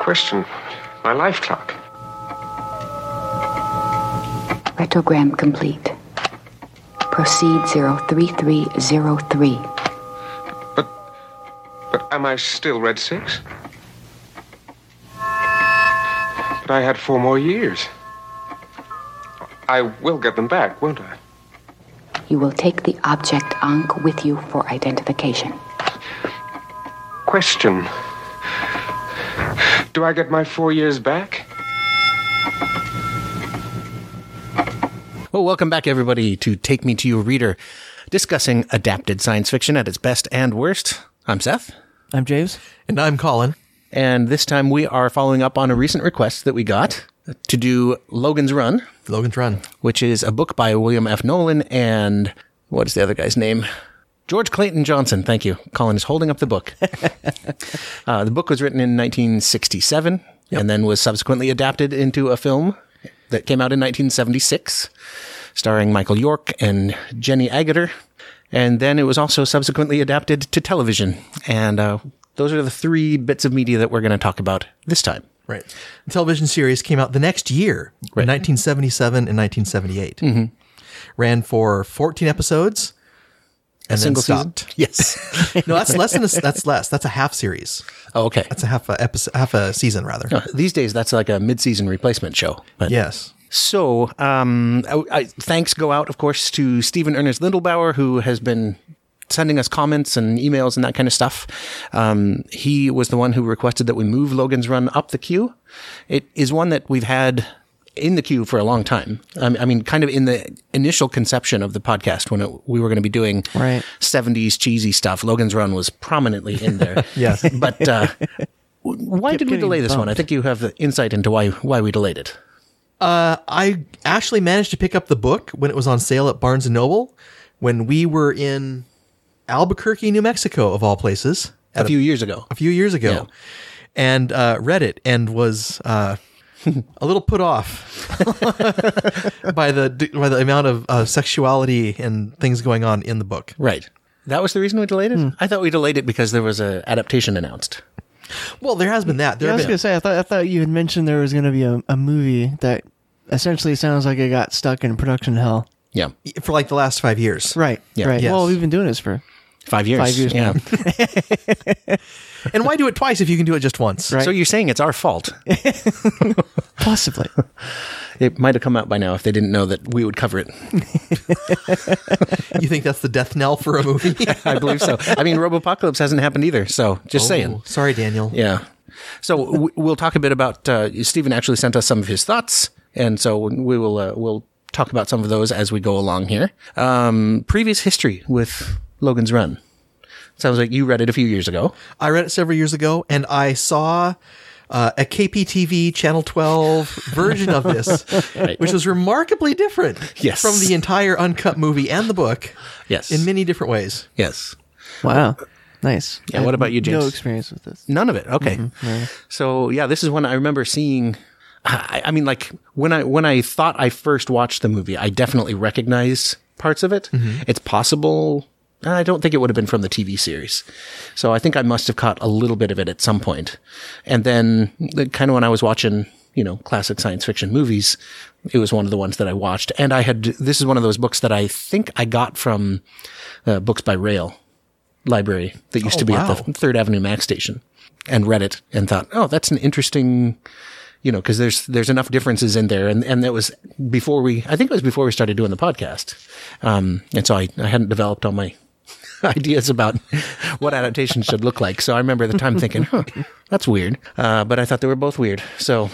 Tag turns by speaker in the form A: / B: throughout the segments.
A: question my life clock.
B: Retrogram complete. Proceed 03303.
A: But am I still Red Six? But I had four more years. I will get them back, won't I?
B: You will take the object Ankh with you for identification.
A: Question Do I get my four years back?
C: Well, welcome back, everybody, to Take Me to Your Reader, discussing adapted science fiction at its best and worst. I'm Seth.
D: I'm James.
E: And I'm Colin.
C: And this time we are following up on a recent request that we got to do Logan's Run,
E: Logan's Run.
C: which is a book by William F. Nolan and what is the other guy's name? George Clayton Johnson. Thank you. Colin is holding up the book. uh, the book was written in 1967 and then was subsequently adapted into a film that came out in 1976, starring Michael York and Jenny Agutter. And then it was also subsequently adapted to television. And uh, those are the three bits of media that we're going to talk about this time.
E: Right. The television series came out the next year, in 1977 and 1978.
C: Mm-hmm.
E: Ran for 14 episodes and
C: Single
E: then
C: season?
E: stopped.
C: Yes.
E: No, that's less than a, that's less. That's a half series.
C: oh, okay.
E: That's a half a episode, half a season rather.
C: These days, that's like a mid-season replacement show. But
E: Yes.
C: So, um, I, I, thanks go out, of course, to Stephen Ernest Lindelbauer, who has been sending us comments and emails and that kind of stuff. Um, he was the one who requested that we move Logan's Run up the queue. It is one that we've had in the queue for a long time. Um, I mean, I mean kind of in the initial conception of the podcast when it, we were going to be doing
D: Right.
C: 70s cheesy stuff, Logan's Run was prominently in there.
E: Yes.
C: But uh, why did we
D: getting
C: delay this one? I
D: bumped.
C: think you have the insight into why why we delayed it.
E: I actually managed to pick up the book when it was on sale at Barnes and Noble when we were in Albuquerque, New Mexico, of all places,
C: a few years ago.
E: a few years ago,
C: Yeah.
E: and uh, read it and was uh, a little put off by the by the amount of uh, sexuality and things going on in the book.
C: Right. That was the reason we delayed it? I thought we delayed it because there was a adaptation announced.
E: Well, there has been that. There
D: I
E: have
D: was
E: been-
D: gonna say I thought I thought you had mentioned there was gonna be a, a movie that essentially sounds like it got stuck in production hell.
C: Yeah.
E: for like the last five years,
D: Right.
C: Yeah.
D: Right.
E: Yes.
D: Well, we've been doing this for
C: Five years.
D: Five years
C: Yeah.
E: And why do it twice if you can do it just once?
D: Right.
C: So you're saying it's our fault.
D: possibly.
C: It might have come out by now if they didn't know that we would cover it.
E: You think that's the death knell for a movie?
C: I believe so. I mean, Robopocalypse hasn't happened either. So just saying.
E: Oh, sorry, Daniel.
C: Yeah. So w- we'll talk a bit about. Uh, Stephen actually sent us some of his thoughts, and so we will uh, we'll talk about some of those as we go along here. Um, previous history with Logan's Run. Sounds like you read it a few years ago.
E: I read it several years ago, and I saw uh, a KPTV Channel 12 version of this, which was remarkably different
C: Yes.
E: from the entire uncut movie and the book
C: Yes.
E: in many different ways.
C: yes.
D: Wow. Nice.
C: Yeah,
D: I
C: what
D: had
C: about you, James?
D: No experience with this.
C: None of it. Okay. So yeah, this is one I remember seeing. I, I mean, like when I when I thought I first watched the movie, I definitely recognized parts of it. It's possible. I don't think it would have been from the TV series. So I think I must have caught a little bit of it at some point. And then kind of when I was watching, you know, classic science fiction movies, it was one of the ones that I watched. And I had, this is one of those books that I think I got from uh, Books by Rail library that used
E: Oh,
C: to be at
E: wow.
C: the Third Avenue Mac station and read it and thought, oh, that's an interesting, you know, because there's there's enough differences in there, and and that was before we, I think it was before we started doing the podcast, um, and so I I hadn't developed all my ideas about what adaptations should look like. So I remember at the time thinking, huh, that's weird, uh, but I thought they were both weird. So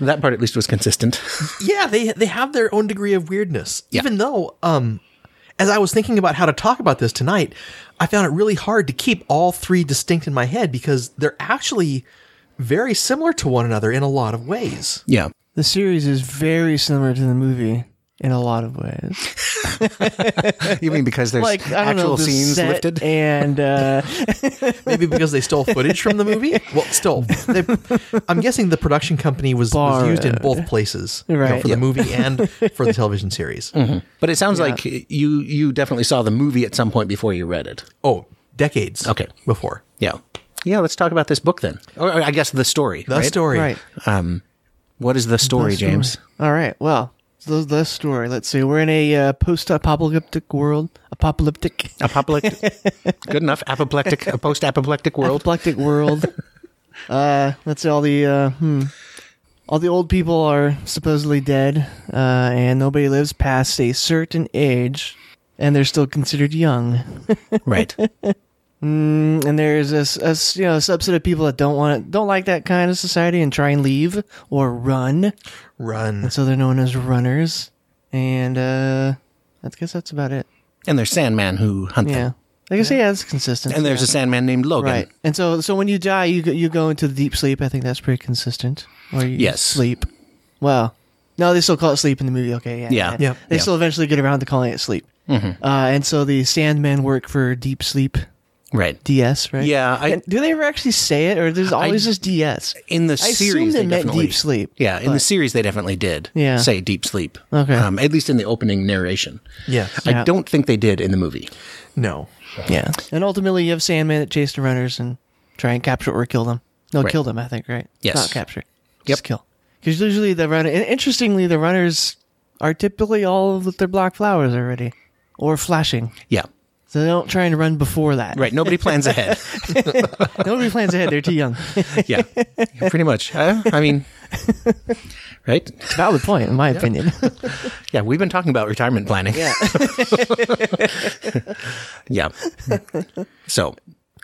C: that part at least was consistent.
E: Yeah, they they have their own degree of weirdness, even though, um, as I was thinking about how to talk about this tonight, I found it really hard to keep all three distinct in my head because they're actually very similar to one another in a lot of ways.
C: yeah.
D: The series is very similar to the movie in a lot of ways.
C: You mean because there's
D: Like I don't
C: actual
D: know, the
C: scenes
D: set
C: lifted?
D: and uh,
E: Maybe because they stole footage from the movie. Well, stole. They, I'm guessing the production company was, was used in both places, you know,
D: Right.
E: for
D: Yeah.
E: the movie and for the television series.
C: But it sounds like you you definitely saw the movie at some point before you read it.
E: Oh, decades.
C: Okay.
E: before
C: Yeah. yeah, let's talk about this book then. Or, or I guess the story.
E: The
C: right? Um,
E: story.
D: Right.
C: What is the story,
D: The story.
C: James?
D: All right. Well, the, the story. Let's see. We're in a uh, post-apocalyptic world. Apocalyptic.
C: Apoplectic. Good enough. Apoplectic. A post-apoplectic world.
D: Apoplectic world. uh, let's see. All the uh, hmm. All the old people are supposedly dead, uh, and nobody lives past a certain age, and they're still considered young.
C: right.
D: and there's this, a s- you know a subset of people that don't want it, don't like that kind of society and try and leave or run.
E: Run.
D: So they're known as runners, and uh, I guess that's about it.
C: And there's Sandman who hunt
D: Yeah,
C: them.
D: I guess yeah, that's consistent.
C: And there's a Sandman named Logan.
D: right, and so so when you die, you go- you go into the deep sleep. I think that's pretty consistent. Or you
C: Yes.
D: sleep. Well, no, they still call it sleep in the movie. Okay, yeah,
C: Yeah.
E: Yep.
D: They
C: Yeah.
D: still eventually get around to calling it sleep. Mm-hmm. Uh, and so the Sandmen work for Deep Sleep
C: Right.
D: DS, right?
C: Yeah, I-
D: And do they ever actually say it, or there's always just DS?
C: in the
D: assume
C: series,
D: they
C: they,
D: meant
C: definitely
D: deep sleep,
C: Yeah, in
D: but-
C: the series, they definitely did.
D: Yeah.
C: say deep sleep.
D: Okay.
C: um, at least in the opening narration.
E: Yes.
C: I don't think they did in the movie.
E: No.
D: Yeah. And ultimately, you have Sandman that chase the runners and try and capture or kill them. No,
C: Right.
D: kill them, I think, right?
C: Yes.
D: Not capture.
C: Yep.
D: Just kill. Because usually the runner, and interestingly, the runners are typically all with their black flowers already or flashing.
C: Yeah,
D: So they don't try and run before that.
C: right. Nobody plans ahead.
D: Nobody plans ahead. They're too young.
C: Yeah, Yeah, pretty much. Uh, I mean, right?
D: Valid point, in my opinion.
C: Yeah, we've been talking about retirement planning.
D: yeah.
C: Yeah. So,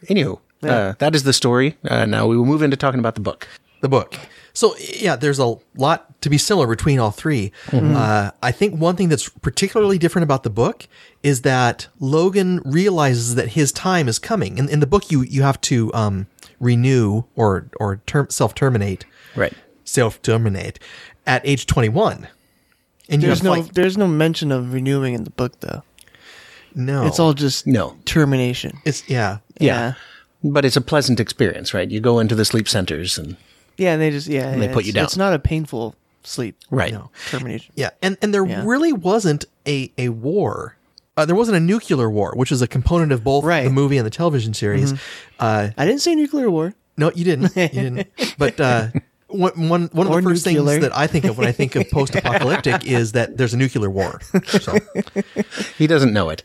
C: anywho, uh, that is the story. Uh, now we will move into talking about the book.
E: the book. So yeah, there's a lot to be similar between all 3 Uh, I think one thing that's particularly different about the book is that Logan realizes that his time is coming. In, in the book, you you have to um, renew or or term, self terminate,
C: Right.
E: self terminate at age 21. And you
D: There's
E: have,
D: no,
E: like,
D: there's no mention of renewing in the book, though.
E: no,
D: It's all just
C: Oh. No.
D: termination.
E: it's yeah.
C: Yeah. But it's a pleasant experience, right? You go into the sleep centers and
D: Yeah, and they just yeah,
C: they
D: yeah,
C: put you
D: it's-
C: down.
D: It's not a painful sleep.
C: right.
E: No.
D: Termination.
E: Yeah, and and there
D: Yeah.
E: really wasn't a a war. Uh, there wasn't a nuclear war, which is a component of both
D: Right. Mm-hmm.
E: the movie and the television series. Uh,
D: I didn't say nuclear war.
E: No, you didn't. You didn't. But uh, one, one, one of
D: Or
E: the first
D: nuclear.
E: things that I think of when I think of post-apocalyptic is that there's a nuclear war. So,
C: He doesn't know it.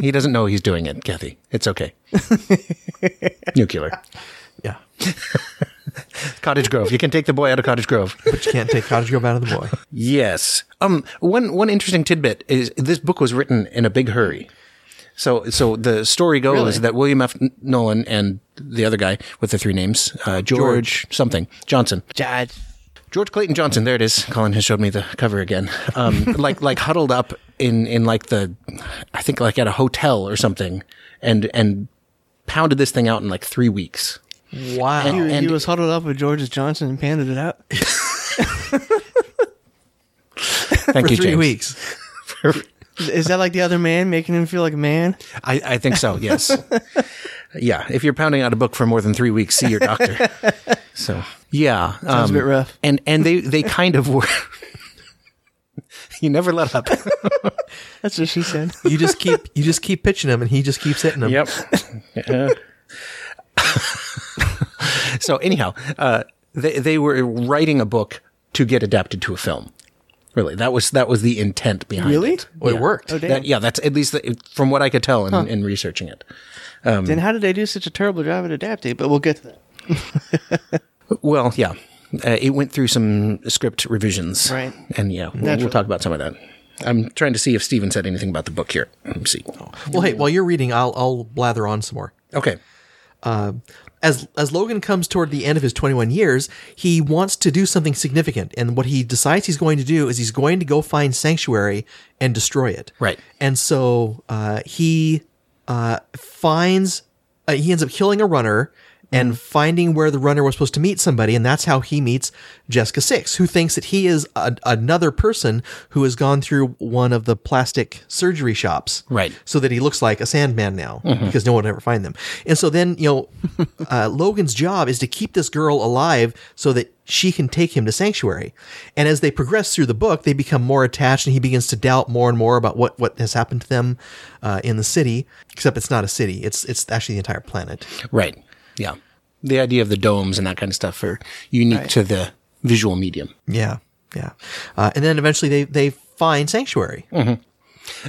C: he doesn't know he's doing it, Kathy. It's okay. Nuclear.
E: yeah,
C: Cottage Grove. You can take the boy out of Cottage Grove.
E: but you can't take Cottage Grove out of the boy.
C: Yes. Um. One one interesting tidbit is this book was written in a big hurry. So so the story goes
D: Really?
C: that William F. Nolan and the other guy with the three names, uh, George, something Johnson,
D: Jad.
C: George Clayton Johnson. There it is. Colin has showed me the cover again. Um, like like huddled up in in like the, I think like at a hotel or something, and and pounded this thing out in like three weeks.
E: Wow.
C: And-
D: He was huddled up with George's Johnson and panted it out.
C: Thank
E: for
C: you,
E: three
C: James.
E: weeks.
D: Is that like the other man making him feel like a man?
C: I, I think so. Yes. yeah. If you're pounding out a book for more than three weeks, see your doctor. So yeah, sounds
D: a bit rough.
C: And and they they kind of were. you never let up.
D: That's what she said.
E: You just keep you just keep pitching him, and he just keeps hitting him.
C: so anyhow, uh, they they were writing a book to get adapted to a film. Really, that was that was the intent behind
D: Really?
C: it.
E: Well, it worked.
D: Oh, damn.
C: That- yeah, that's at least the, from what I could tell in, in researching it.
D: then how did they do such a terrible job at adapting? But we'll get to that.
C: Well, yeah. Uh, it went through some script revisions.
D: Right.
C: And yeah, we'll, we'll
D: Naturally.
C: talk about some of that. I'm trying to see if Steven said anything about the book here. Let me see.
E: Well, hey, while you're reading, I'll I'll blather on some more.
C: Okay.
E: as as Logan comes toward the end of his 21 years, he wants to do something significant, and what he decides he's going to do is he's going to go find sanctuary and destroy it.
C: Right.
E: And so uh, he uh, finds uh, he ends up killing a runner
C: Mm-hmm.
E: and finding where the runner was supposed to meet somebody, and that's how he meets Jessica Six, who thinks that he is a, another person who has gone through one of the plastic surgery shops
C: Right.
E: so that he looks like a Sandman now because no one would ever find them. And so then, you know, uh, Logan's job is to keep this girl alive so that she can take him to sanctuary. And as they progress through the book, they become more attached and he begins to doubt more and more about what, what has happened to them uh, in the city, except it's not a city. It's, it's actually the entire planet.
C: Right. Yeah. The idea of the domes and that kind of stuff are unique to the visual medium.
E: Yeah, yeah. Uh, and then eventually they they find sanctuary.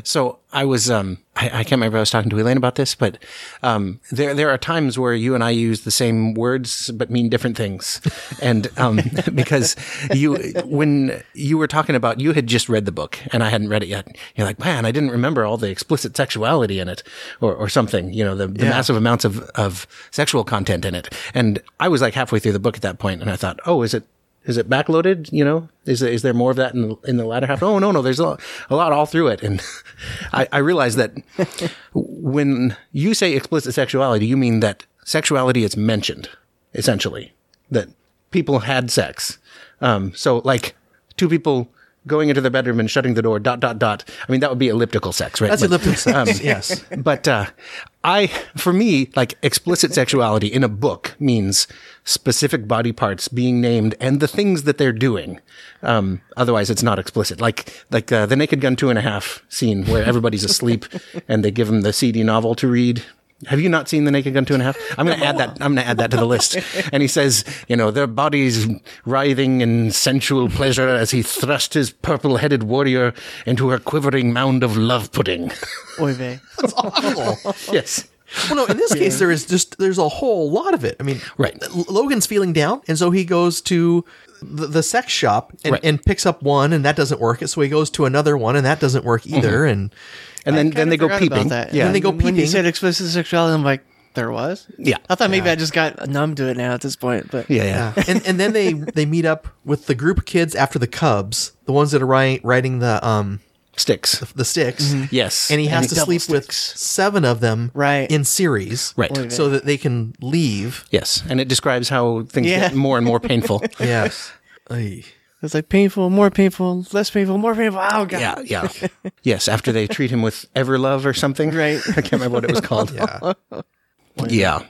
C: So I was, um, I, I can't remember. if I was talking to Elaine about this, but um, there there are times where you and I use the same words but mean different things, and um, because you when you were talking about you had just read the book and I hadn't read it yet, you're like, man, I didn't remember all the explicit sexuality in it, or or something, you know, the, the massive amounts of of sexual content in it, and I was like halfway through the book at that point, and I thought, oh, is it is it backloaded? You know, is there, is there more of that in the, in the latter half? Oh no, no, there's a lot, a lot all through it, and I, I realize that when you say explicit sexuality, you mean that sexuality is mentioned, essentially, that people had sex. Um, so like two people going into their bedroom and shutting the door, dot dot dot. I mean, that would be elliptical sex, right?
E: That's
C: But-
E: elliptic sex. yes.
C: but uh, I, for me, like explicit sexuality in a book means specific body parts being named and the things that they're doing. Um, otherwise, it's not explicit. Like like uh, the Naked Gun two and a half scene where everybody's asleep and they give them the CD novel to read. Have you not seen the Naked Gun two and a half? I'm going to add that. I'm going to add that to the list. And he says, you know, their bodies writhing in sensual pleasure as he thrust his purple-headed warrior into her quivering mound of love pudding.
D: Oy vey.
E: That's awful.
C: yes.
E: Well, no. In this case, there is just there's a whole lot of it. I mean,
C: Right.
E: L- Logan's feeling down, and so he goes to the, the sex shop and,
C: Right.
E: and picks up one, and that doesn't work. So he goes to another one, and that doesn't work
C: Mm-hmm.
E: either. And
C: and then, then they go
D: Forgot about
C: peeping.
D: that.
C: Yeah,
E: Then they go
D: When you
E: peeping.
D: said explicit sexuality, I'm like, there was?
C: Yeah.
D: I thought maybe I just got numb to it now at this point, but
C: yeah, yeah.
E: and and then they they meet up with the group of kids after the Cubs, the ones that are ri- riding the um
C: Sticks.
E: the sticks.
C: Yes,
E: and he has
C: Mm-hmm. And
E: to sleep with
D: sticks.
E: seven of them,
D: Right.
E: in series,
C: Right.
E: so that they can leave.
C: Yes, and it describes how things
D: Yeah.
C: get more and more painful.
E: Yes. Ay.
D: it's like painful, more painful, less painful, more painful. Oh, God.
C: yeah, yeah. Yes, after they treat him with Everlove or something.
D: Right.
C: I can't remember what it was called. yeah. yeah.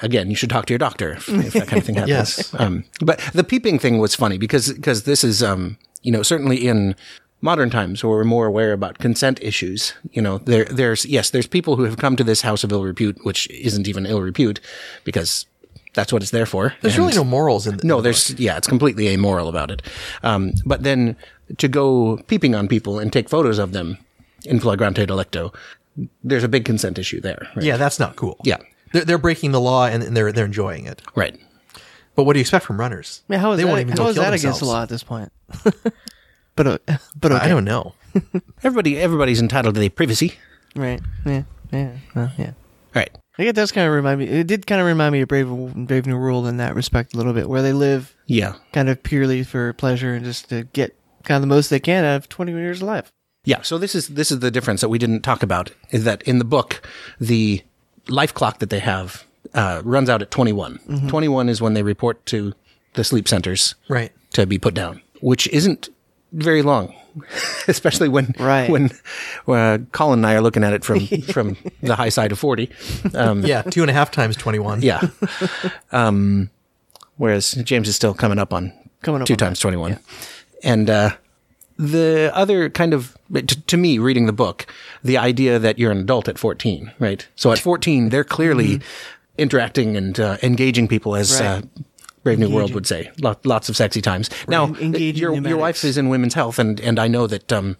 C: Again, you should talk to your doctor if, if that kind of thing happens.
E: Yes.
C: Um, but the peeping thing was funny because because this is um, you know certainly in modern times where we're more aware about consent issues. You know there there's yes there's people who have come to this house of ill repute, which isn't even ill repute because that's what it's there for.
E: There's really no morals in.
C: No, there's yeah, it's completely amoral about it. Um, but then to go peeping on people and take photos of them in flagrante delicto, there's a big consent issue there. Right?
E: Yeah, that's not cool.
C: Yeah.
E: They're, they're breaking the law and, and they're they're enjoying it.
C: right.
E: But what do you expect from runners?
D: Man, how is
E: they
D: that,
E: won't even
D: how
E: go
D: is
E: kill
D: that against
E: themselves.
D: the law at this point? but uh, but okay.
E: I don't know.
C: Everybody, everybody's entitled to their privacy.
D: Right. Yeah. Yeah. Well, yeah.
C: All right.
D: I guess that's kind of remind me. It did kind of remind me of Brave Brave New World in that respect a little bit, where they live
C: Yeah.
D: kind of purely for pleasure and just to get kind of the most they can out of 20 years of life.
C: Yeah. So this is this is the difference that we didn't talk about is that in the book, the life clock that they have uh, runs out at 21. 21 is when they report to the sleep centers.
E: Right.
C: to be put down, which isn't very long, especially when
D: Right.
C: when uh, Colin and I are looking at it from from the high side of forty. Um,
E: Yeah, two and a half times twenty one.
C: yeah. Um, whereas James is still coming up on
D: Coming up
C: two
D: on
C: times twenty one, and uh, the other kind of to, to me reading the book, the idea that you're an adult at fourteen, right? So at fourteen, they're clearly interacting and uh, engaging people as.
D: Mm-hmm. Right.
C: Uh, Brave New World would say Lo- lots of sexy times. Now,
D: en- engaging
C: your your
D: pneumatics.
C: wife is in women's health, and and I know that um,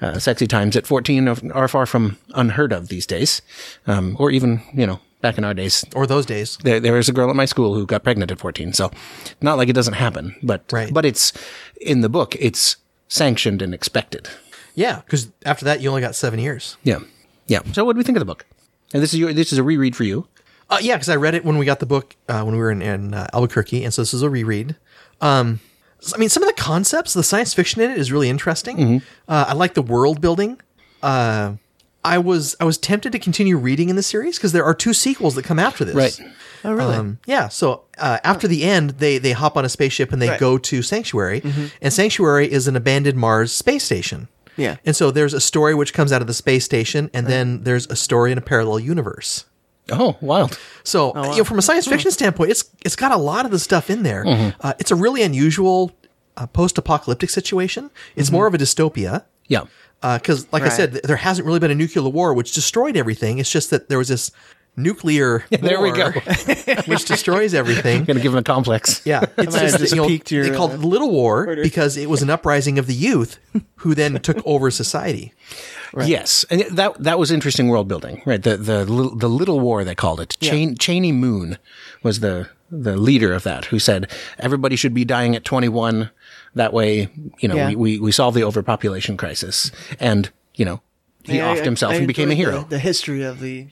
C: uh, sexy times at fourteen are, are far from unheard of these days, um, or even you know back in our days
E: Or those days.
C: there, there was a girl at my school who got pregnant at 14. So not like it doesn't happen, but,
E: Right.
C: but it's in the book, it's sanctioned and expected.
E: Yeah, because after that you only got seven years.
C: Yeah. Yeah. So what do we think of the book? And this is your, this is a reread for you.
E: Uh, yeah, because I read it when we got the book uh, when we were in, in uh, Albuquerque, and so this is a reread. Um, s- I mean, some of the concepts, the science fiction in it is really interesting. Uh, I like the world building. Uh, I was I was tempted to continue reading in the series because there are two sequels that come after this.
C: Right.
D: Oh, really?
E: Um, yeah. So uh, after the end, they they hop on a spaceship and they
D: Right.
E: go to Sanctuary, and Sanctuary is an abandoned Mars space station.
D: Yeah.
E: And so there's a story which comes out of the space station, and then there's a story in a parallel universe.
C: Oh, wild.
E: So you know, from a science fiction standpoint, it's it's got a lot of the stuff in there. Uh, it's a really unusual uh, post-apocalyptic situation. It's more of a dystopia
C: Yeah.
E: because, like I
D: Right.
E: said, th- there hasn't really been a nuclear war which destroyed everything. It's just that there was this nuclear
C: there we
E: war, which destroys everything.
C: Gonna give him a complex.
E: Yeah, it's
D: might have
E: just,
D: just
E: you know,
D: piqued your,
E: they called it the Little War because it was an uprising of the youth who then took over society.
C: Yes, and that that was interesting world building, right? The the little, the little war they called it. Chan- Cheney Moon was the the leader of that who said everybody should be dying at 21. That way, you know,
D: Yeah.
C: we, we we solve the overpopulation crisis, and you know, he
D: Yeah, I-
C: offed himself
D: I
C: and became a
D: enjoyed
C: hero. Mm-hmm.
D: The, the history of the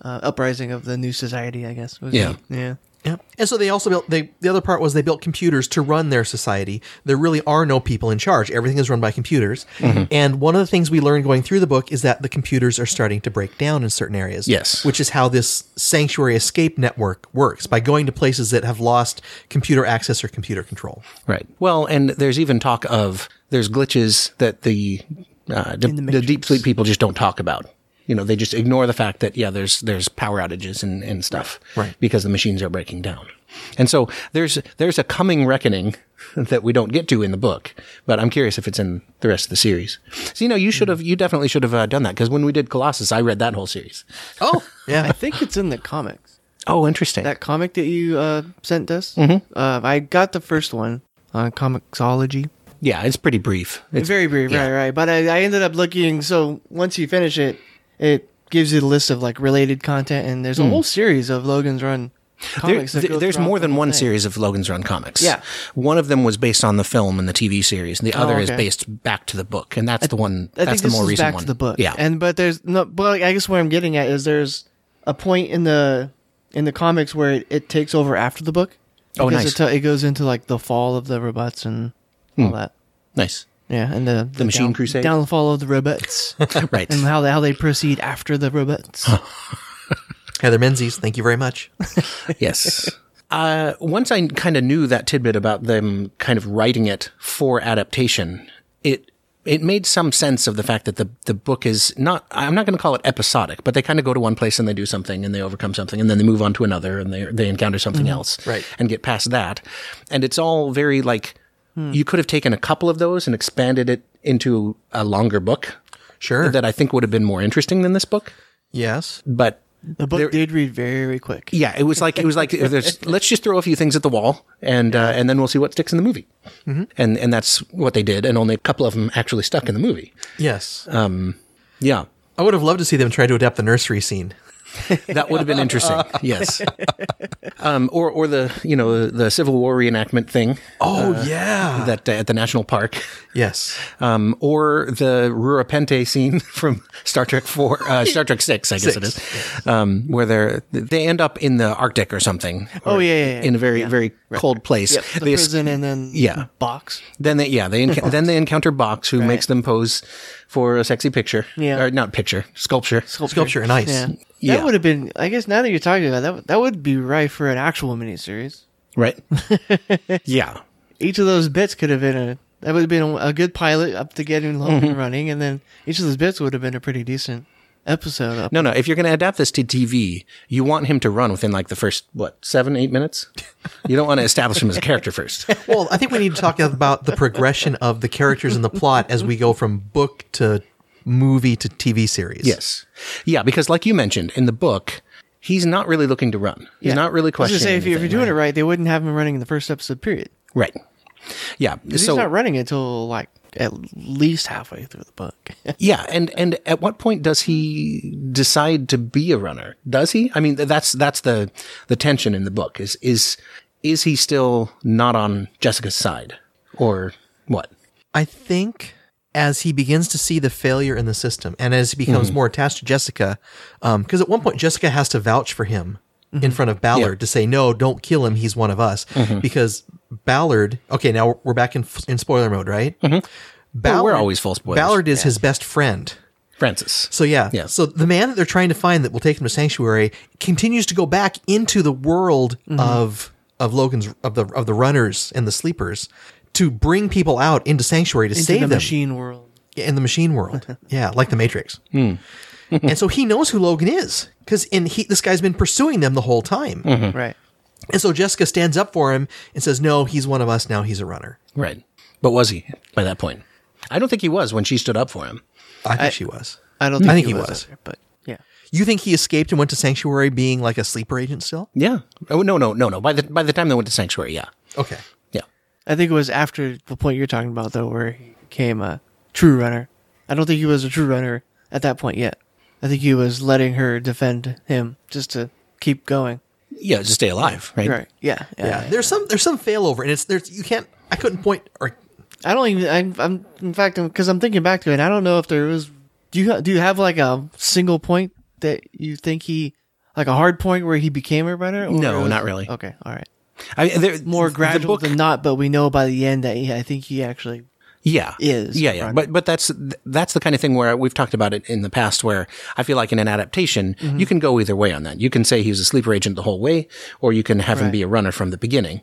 D: uh, uprising of the new society, I guess. was-
C: Yeah.
D: yeah.
E: Yeah. And so they also built they the other part was they built computers to run their society. There really are no people in charge. Everything is run by computers. And one of the things we learned going through the book is that the computers are starting to break down in certain areas.
C: Yes.
E: Which is how this sanctuary escape network works by going to places that have lost computer access or computer control.
C: Right. Well, and there's even talk of there's glitches that the uh, the, the deep sleep people just don't talk about. You know, they just ignore the fact that yeah, there's there's power outages and, and stuff,
E: Right.
C: Because the machines are breaking down, and so there's there's a coming reckoning that we don't get to in the book. But I'm curious if it's in the rest of the series. So you know, you should have you definitely should have uh, done that because when we did Colossus, I read that whole series.
E: Oh, yeah.
D: I think it's in the comics.
C: Oh, interesting.
D: That comic that you uh, sent us,
C: Mm-hmm.
D: uh, I got the first one on Comixology.
C: yeah, it's pretty brief. It's
D: very brief,
C: yeah.
D: right, right. But I, I ended up looking. So once you finish it, it gives you the list of like related content, and there's a whole series of Logan's Run
C: Hmm. There-
D: comics. that
C: th-
D: go
C: there's
D: throughout
C: more
D: the
C: than
D: whole
C: one
D: thing.
C: series of Logan's Run comics.
D: Yeah. Oh,
C: One of them was based on the film and the TV series, and the other is
D: okay.
C: based back to the book, and that's the one.
D: I
C: that's
D: think
C: the
D: this
C: more
D: is
C: recent
D: back
C: one.
D: to the book.
C: Yeah.
D: and but there's no. But I guess what I'm getting at is there's a point in the in the comics where it, it takes over after the book.
C: Oh,
D: because
C: nice.
D: It, t- it goes into like the fall of the robots and all that.
C: nice.
D: Yeah, and the the,
C: Machine Crusade?
D: downfall of the robots
C: right.
D: and how they, how they proceed after the robots.
E: Heather Menzies, thank you very much.
C: yes. Uh, once I kind of knew that tidbit about them kind of writing it for adaptation, it it made some sense of the fact that the the book is not I'm not going to call it episodic, but they kind of go to one place and they do something and they overcome something and then they move on to another and they they encounter something else
E: Mm-hmm. Right.
C: and get past that. And it's all very like
E: Hmm.
C: you could have taken a couple of those and expanded it into a longer book
E: Sure.
C: that I think would have been more interesting than this book,
E: yes.
C: but
D: The book
C: There-
D: did read very quick.
C: yeah, it was like it was like there's, let's just throw a few things at the wall and uh, and then we'll see what sticks in the movie.
D: Mm-hmm.
C: And and that's what they did, and only a couple of them actually stuck in the movie.
E: Yes.
C: Yeah,
E: I would have loved to see them try to adapt the nursery scene.
C: that would have been interesting. yes, um, or or the you know the Civil War reenactment thing
E: Oh, yeah.
C: that uh, at the national park,
E: yes.
C: um, or the Rurapente scene from Star Trek Four, uh, Star Trek Six, I guess it
E: Six,
C: is, um, where they're they end up in the Arctic or something.
D: Oh,
C: or
D: yeah, yeah, yeah.
C: in a very very cold place.
D: The
C: They es-
D: prison and then
C: Yeah.
D: box.
C: Then they yeah they enc- then they encounter Box who makes them pose for a sexy picture
D: Yeah.
C: or not picture sculpture
E: Sculpture and ice.
D: Yeah.
C: Yeah.
D: That would have been, I guess, now that you're talking about that, that would be right for an actual miniseries.
C: right yeah
D: Each of those bits could have been a, that would have been a, a good pilot up to getting Logan
C: Mm-hmm.
D: running, and then each of those bits would have been a pretty decent episode. Up.
C: no no if you're going to adapt this to TV you want him to run within like the first what seven eight minutes you don't want to establish him as a character first
E: Well, I think we need to talk about the progression of the characters and the plot as we go from book to movie to TV series.
C: yes yeah because like you mentioned in the book he's not really looking to run he's
D: Yeah.
C: not really
D: I was
C: questioning
D: just saying, if, you, if you're
C: anything,
D: doing it right, they wouldn't have him running in the first episode, period.
C: right, right. yeah
D: 'Cause he's not running until like at least halfway through the book.
C: Yeah, and and at what point does he decide to be a runner? Does he? I mean, th- that's that's the the tension in the book. Is is is he still not on Jessica's side, or what?
E: I think as he begins to see the failure in the system and as he becomes
C: Hmm.
E: more attached to Jessica, because at one point Jessica has to vouch for him
C: Mm-hmm.
E: in front of Ballard to say, no, don't kill him. He's one of us. Because Ballard, okay, now we're back in, in spoiler mode, right? Mm-hmm. Ballard,
C: Oh, we're always full spoilers.
E: Ballard is his best friend.
C: Francis?
E: So yeah.
C: Yeah.
E: So the man that they're trying to find that will take him to sanctuary continues to go back into the world
D: Mm-hmm.
E: of of Logan's of the of the runners and the sleepers to bring people out into sanctuary to
D: Into
E: save
D: the
E: them
D: machine world.
E: in the machine world. yeah, like the Matrix.
D: Hmm.
E: and so he knows who Logan is because in he this guy's been pursuing them the whole time.
C: Hmm.
D: Right.
E: And so Jessica stands up for him and says, "No, he's one of us now. He's a runner."
C: right, but was he by that point? I don't think he was when she stood up for him.
E: I think she was.
D: I don't think,
E: I think
D: he,
E: he
D: was,
E: was.
D: either, but yeah.
E: You think he escaped and went to Sanctuary being like a sleeper agent still?
C: Yeah. Oh no no no no. By the by the time they went to Sanctuary, yeah
E: Okay.
C: yeah.
D: I think it was after the point you're talking about, though, where he became a true runner. I don't think he was a true runner at that point yet. I think he was letting her defend him just to keep going.
C: Yeah, to stay alive, right?
D: Right. Yeah. Yeah.
E: Yeah. There's some there's some failover and it's there's you can't I couldn't point or
D: I don't even. I'm. I'm in fact, because I'm, thinking back to it, and I don't know if there was. Do you do you have like a single point that you think he like a hard point where he became a runner? or
C: No,
D: it was-
C: not really.
D: Okay. All right.
C: I mean, there-
D: More
C: the
D: gradual
C: book-
D: than not, but we know by the end that he, I think he actually
C: yeah
D: is
C: yeah yeah
D: running.
C: but but that's that's the kind of thing where we've talked about it in the past where i feel like in an adaptation
D: Mm-hmm.
C: you can go either way on that you can say he was a sleeper agent the whole way or you can have him
D: Right.
C: be a runner from the beginning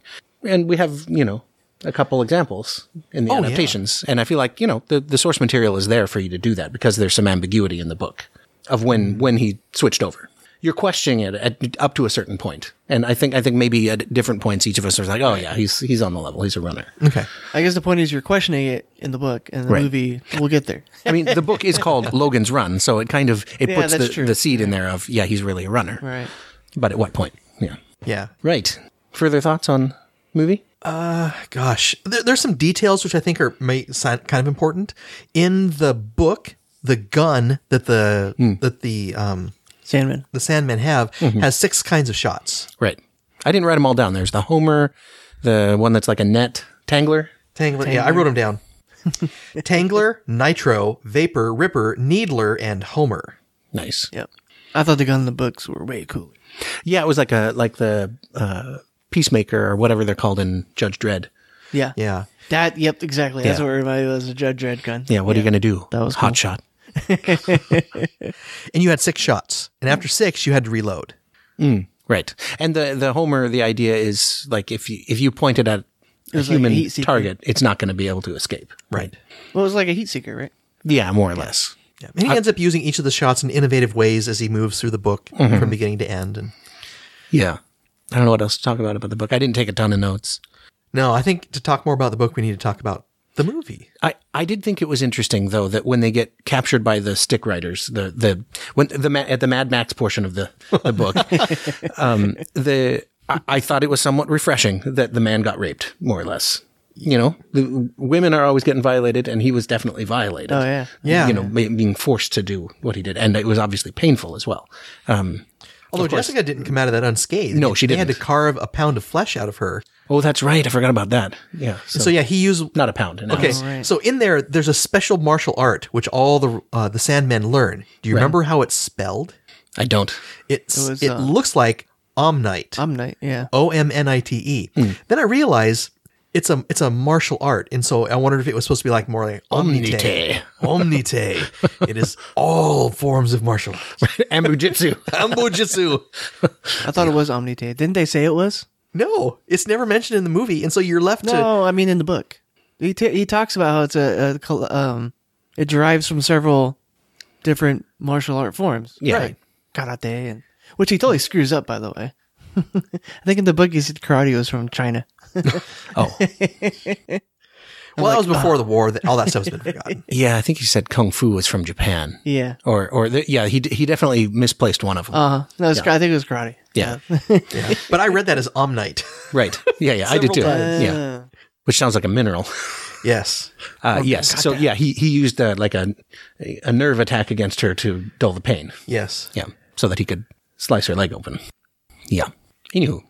C: and we have you know a couple examples in the
D: Oh,
E: yeah.
C: adaptations and i feel like you know the, the source material is there for you to do that because there's some ambiguity in the book of when
D: Mm-hmm.
C: when he switched over you're questioning it at, up to a certain point, and I think I think maybe at different points, each of us are like, "Oh yeah, he's he's on the level. He's a runner."
E: Okay.
D: I guess the point is you're questioning it in the book, and the
C: Right.
D: movie will get there.
C: I mean, the book is called Logan's Run, so it kind of it
D: Yeah,
C: puts
D: that's
C: the,
D: true.
C: the seed in there of yeah, he's really a runner,
D: Right.
C: but at what point? Yeah,
E: Yeah.
C: right. Further thoughts on movie?
E: Gosh, there, there's some details which I think are may sound kind of important in the book. The gun that the that the um
D: Sandman.
E: the Sandmen have has six kinds of shots.
C: Right. I didn't write them all down. There's the Homer, the one that's like a net tangler.
E: Tangler, yeah, I wrote them down. Tangler, Nitro, Vapor, Ripper, Needler, and Homer.
C: Nice.
D: Yep. I thought the gun in the books were way cooler.
C: Yeah, it was like a like the uh, peacemaker or whatever they're called in Judge Dredd.
D: Yeah.
E: Yeah,
D: That. Yep. Exactly. That's
C: Yeah.
D: what reminded me of the Judge Red gun.
C: Yeah. What are you gonna do?
D: That was
C: hot
D: cool.
C: shot.
E: and you had six shots, and after six, you had to reload.
C: Right. And the the Homer, the idea is like if you if you point it at a
D: was like a
C: human
D: heat seeker.
C: target, it's not going to be able to escape.
E: Right.
D: Well, it was like a heat seeker, right?
C: Yeah, more or less.
E: Yeah. And he ends up using each of the shots in innovative ways as he moves through the book from beginning to end. And
C: Yeah. I don't know what else to talk about about the book. I didn't take a ton of notes.
E: no, I think to talk more about the book, we need to talk about the movie.
C: I, I did think it was interesting though that when they get captured by the stick riders, the the when the Ma- at the Mad Max portion of the the book, um, the I, I thought it was somewhat refreshing that the man got raped more or less. You know, the women are always getting violated, and he was definitely violated.
D: Oh, yeah.
E: Yeah.
C: You know, be- being forced to do what he did, and it was obviously painful as well. Um,
E: Although Jessica didn't come out of that unscathed.
C: No, she
E: They had to
C: didn't.
E: carve a pound of flesh out of her.
C: oh, that's right, I forgot about that. Yeah. So,
E: So yeah, he used
C: not a pound. An
E: Okay,
C: ounce.
E: so in there, there's a special martial art which all the uh, the Sandmen learn. Do you remember how it's spelled?
C: I don't.
E: It's
D: It was,
E: it
D: uh,
E: looks like omnite,
D: Omnite. Yeah.
E: O M N I T E.
C: Hmm.
E: Then I realize it's a it's a martial art, and so I wondered if it was supposed to be like more like omnite,
C: Omnite.
E: omnite. it is all forms of martial arts.
C: Ambujitsu.
E: Ambujitsu.
C: Oh,
D: I thought it was Omnite. Didn't they say it was?
E: No, it's never mentioned in the movie, and so you're left to
D: No, I mean in the book. He t- he talks about how it's a, a col- um, it derives from several different martial art forms.
C: Yeah.
E: Right.
D: Karate and which he totally screws up by the way. I think in the book he said karate was from China.
C: Oh.
E: well, that was before the war. That all that stuff's been forgotten.
C: Yeah, I think he said Kung Fu was from Japan.
D: Yeah.
C: Or, or the, yeah, he he definitely misplaced one of
E: Oh,
C: them.
D: Uh huh. No, it's, I think it was karate.
C: Uh-huh. yeah,
E: But I read that as omnite.
C: right. Yeah, yeah, I did too.
E: Several
D: Uh,
E: times.
C: Yeah, which sounds like a mineral.
E: yes.
C: Uh, yes. So yeah, he he used uh, like a a nerve attack against her to dull the pain.
E: Yes.
C: Yeah, so that he could slice her leg open. Yeah. Anywho,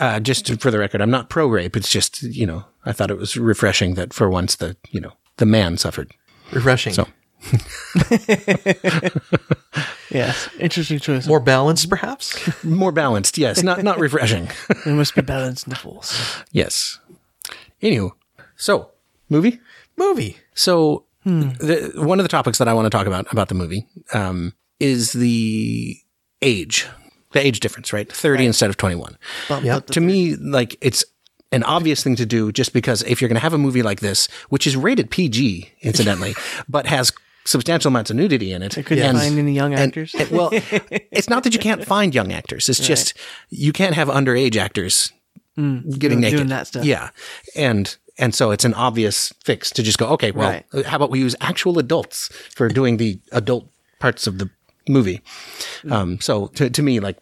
C: uh, just to- for the record, I'm not pro rape. It's just you know I thought it was refreshing that for once the you know the man suffered.
E: refreshing,
C: So
D: Yeah. Interesting choice.
E: more balanced, perhaps.
C: more balanced. Yes, not not refreshing.
D: there must be balance in the force.
C: yes. Anywho, so movie.
E: Movie.
C: So
D: Hmm.
C: the, one of the topics that I want to talk about about the movie um, is the age, the age difference, right? Thirty instead of twenty-one.
D: Bump up the-
C: to me, like it's an obvious thing to do, just because if you're going to have a movie like this, which is rated PG, incidentally, but has substantial amounts of nudity in it, I
D: couldn't find any young actors.
C: well, it's not that you can't find young actors; it's just you can't have underage actors getting
D: Hmm. doing-
C: naked,
D: doing that stuff.
C: Yeah, and and so it's an obvious fix to just go, okay, well,
D: Right.
C: how about we use actual adults for doing the adult parts of the movie. Um, so to, to me, like,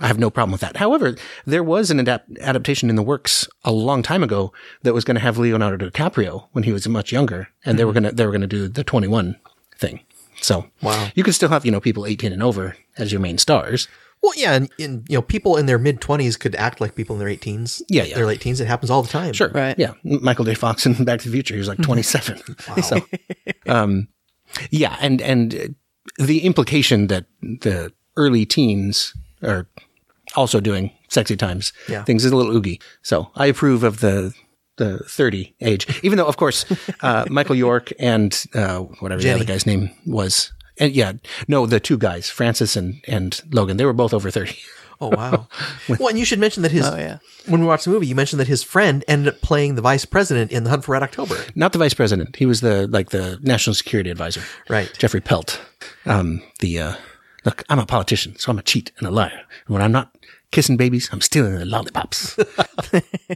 C: I have no problem with that. However, there was an adapt- adaptation in the works a long time ago that was going to have Leonardo DiCaprio when he was much younger, and they were going to they were going to do the 21 thing. So
E: Wow.
C: you could still have you know people 18 and over as your main stars.
E: Well, yeah, and, and you know, people in their mid twenties could act like people in their eighteens.
C: Yeah, yeah.
E: their late teens. It happens all the time.
C: Sure.
D: Right.
C: Yeah. Michael J. Fox in Back to the Future, he was like 27. So, um, yeah. And, and uh, the implication that the early teens are also doing sexy times
E: Yeah.
C: things is a little oogie. So I approve of the, the 30 age, even though, of course, uh, Michael York and, uh, whatever
E: Jenny.
C: the other guy's name was. And yeah, no, the two guys, Francis and, and Logan, they were both over 30.
E: Oh wow. well, and you should mention that his.
D: Oh, yeah.
E: When we watched the movie, you mentioned that his friend ended up playing the vice president in The Hunt for Red October.
C: not the vice president. He was the like the national security advisor,
E: Right.
C: Jeffrey Pelt. Um, the uh, look, I'm a politician, so I'm a cheat and a liar. And when I'm not kissing babies, I'm stealing their lollipops.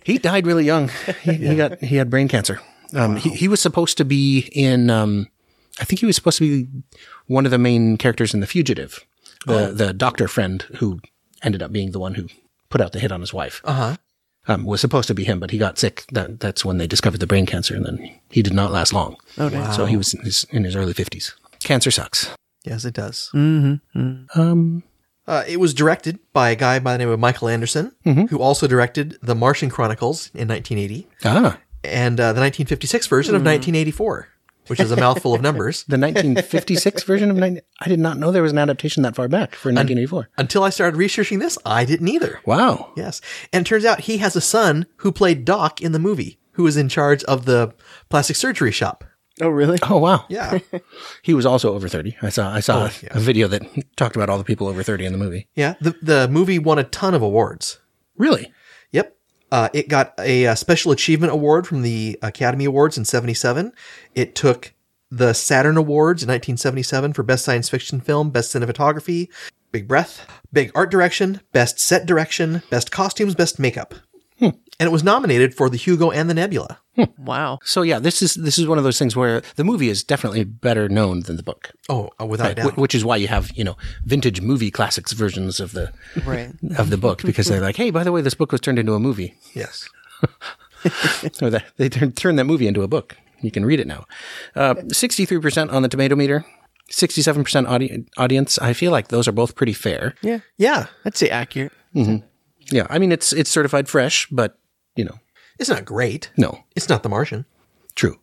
C: he died really young. He, he got he had brain cancer. Um, he, he was supposed to be in. Um, I think he was supposed to be one of the main characters in The Fugitive, the the doctor friend who ended up being the one who put out the hit on his wife um, was supposed to be him, but he got sick. That, that's when they discovered the brain cancer, and then he did not last long.
D: Oh, damn.
C: So he was in his, in his early 50s. Cancer sucks.
E: Yes, it does.
D: Mm-hmm.
C: Um,
E: Uh, it was directed by a guy by the name of Michael Anderson, who also directed The Martian Chronicles in 1980
C: ah,
E: and uh, the 1956 version of 1984, which is a mouthful of numbers.
C: the 1956 version of 19, I did not know there was an adaptation that far back for 1984.
E: Until I started researching this, I didn't either.
C: Wow.
E: Yes. And it turns out he has a son who played Doc in the movie, who is in charge of the plastic surgery shop.
D: Oh, really?
C: Oh wow.
E: Yeah.
C: He was also over 30. I saw I saw
E: Oh,
C: a,
E: yeah.
C: a video that talked about all the people over 30 in the movie.
E: yeah. The, the movie won a ton of awards.
C: Really?
E: Yep. Uh, it got a, uh Special Achievement Award from the Academy Awards in 77. It took the Saturn Awards in 1977 for Best Science Fiction Film, Best Cinematography, Big Breath, Big Art Direction, Best Set Direction, Best Costumes, Best Makeup.
C: Hmm.
E: And it was nominated for the Hugo and the Nebula.
D: Wow.
C: So yeah, this is this is one of those things where the movie is definitely better known than the book.
E: Oh, uh, without a doubt.
C: Wh- which is why you have, you know, vintage movie classics versions of the
D: Right.
C: of the book because they're like, hey, by the way, this book was turned into a movie,
E: yes.
C: or that they turned turned that movie into a book. You can read it now. Sixty three percent on the tomato meter, sixty seven percent audience. I feel like those are both pretty fair.
D: Yeah.
E: Yeah.
D: I'd say accurate.
C: Yeah, I mean it's it's certified fresh, but you know,
E: It's not great.
C: no,
E: It's not The Martian.
C: true.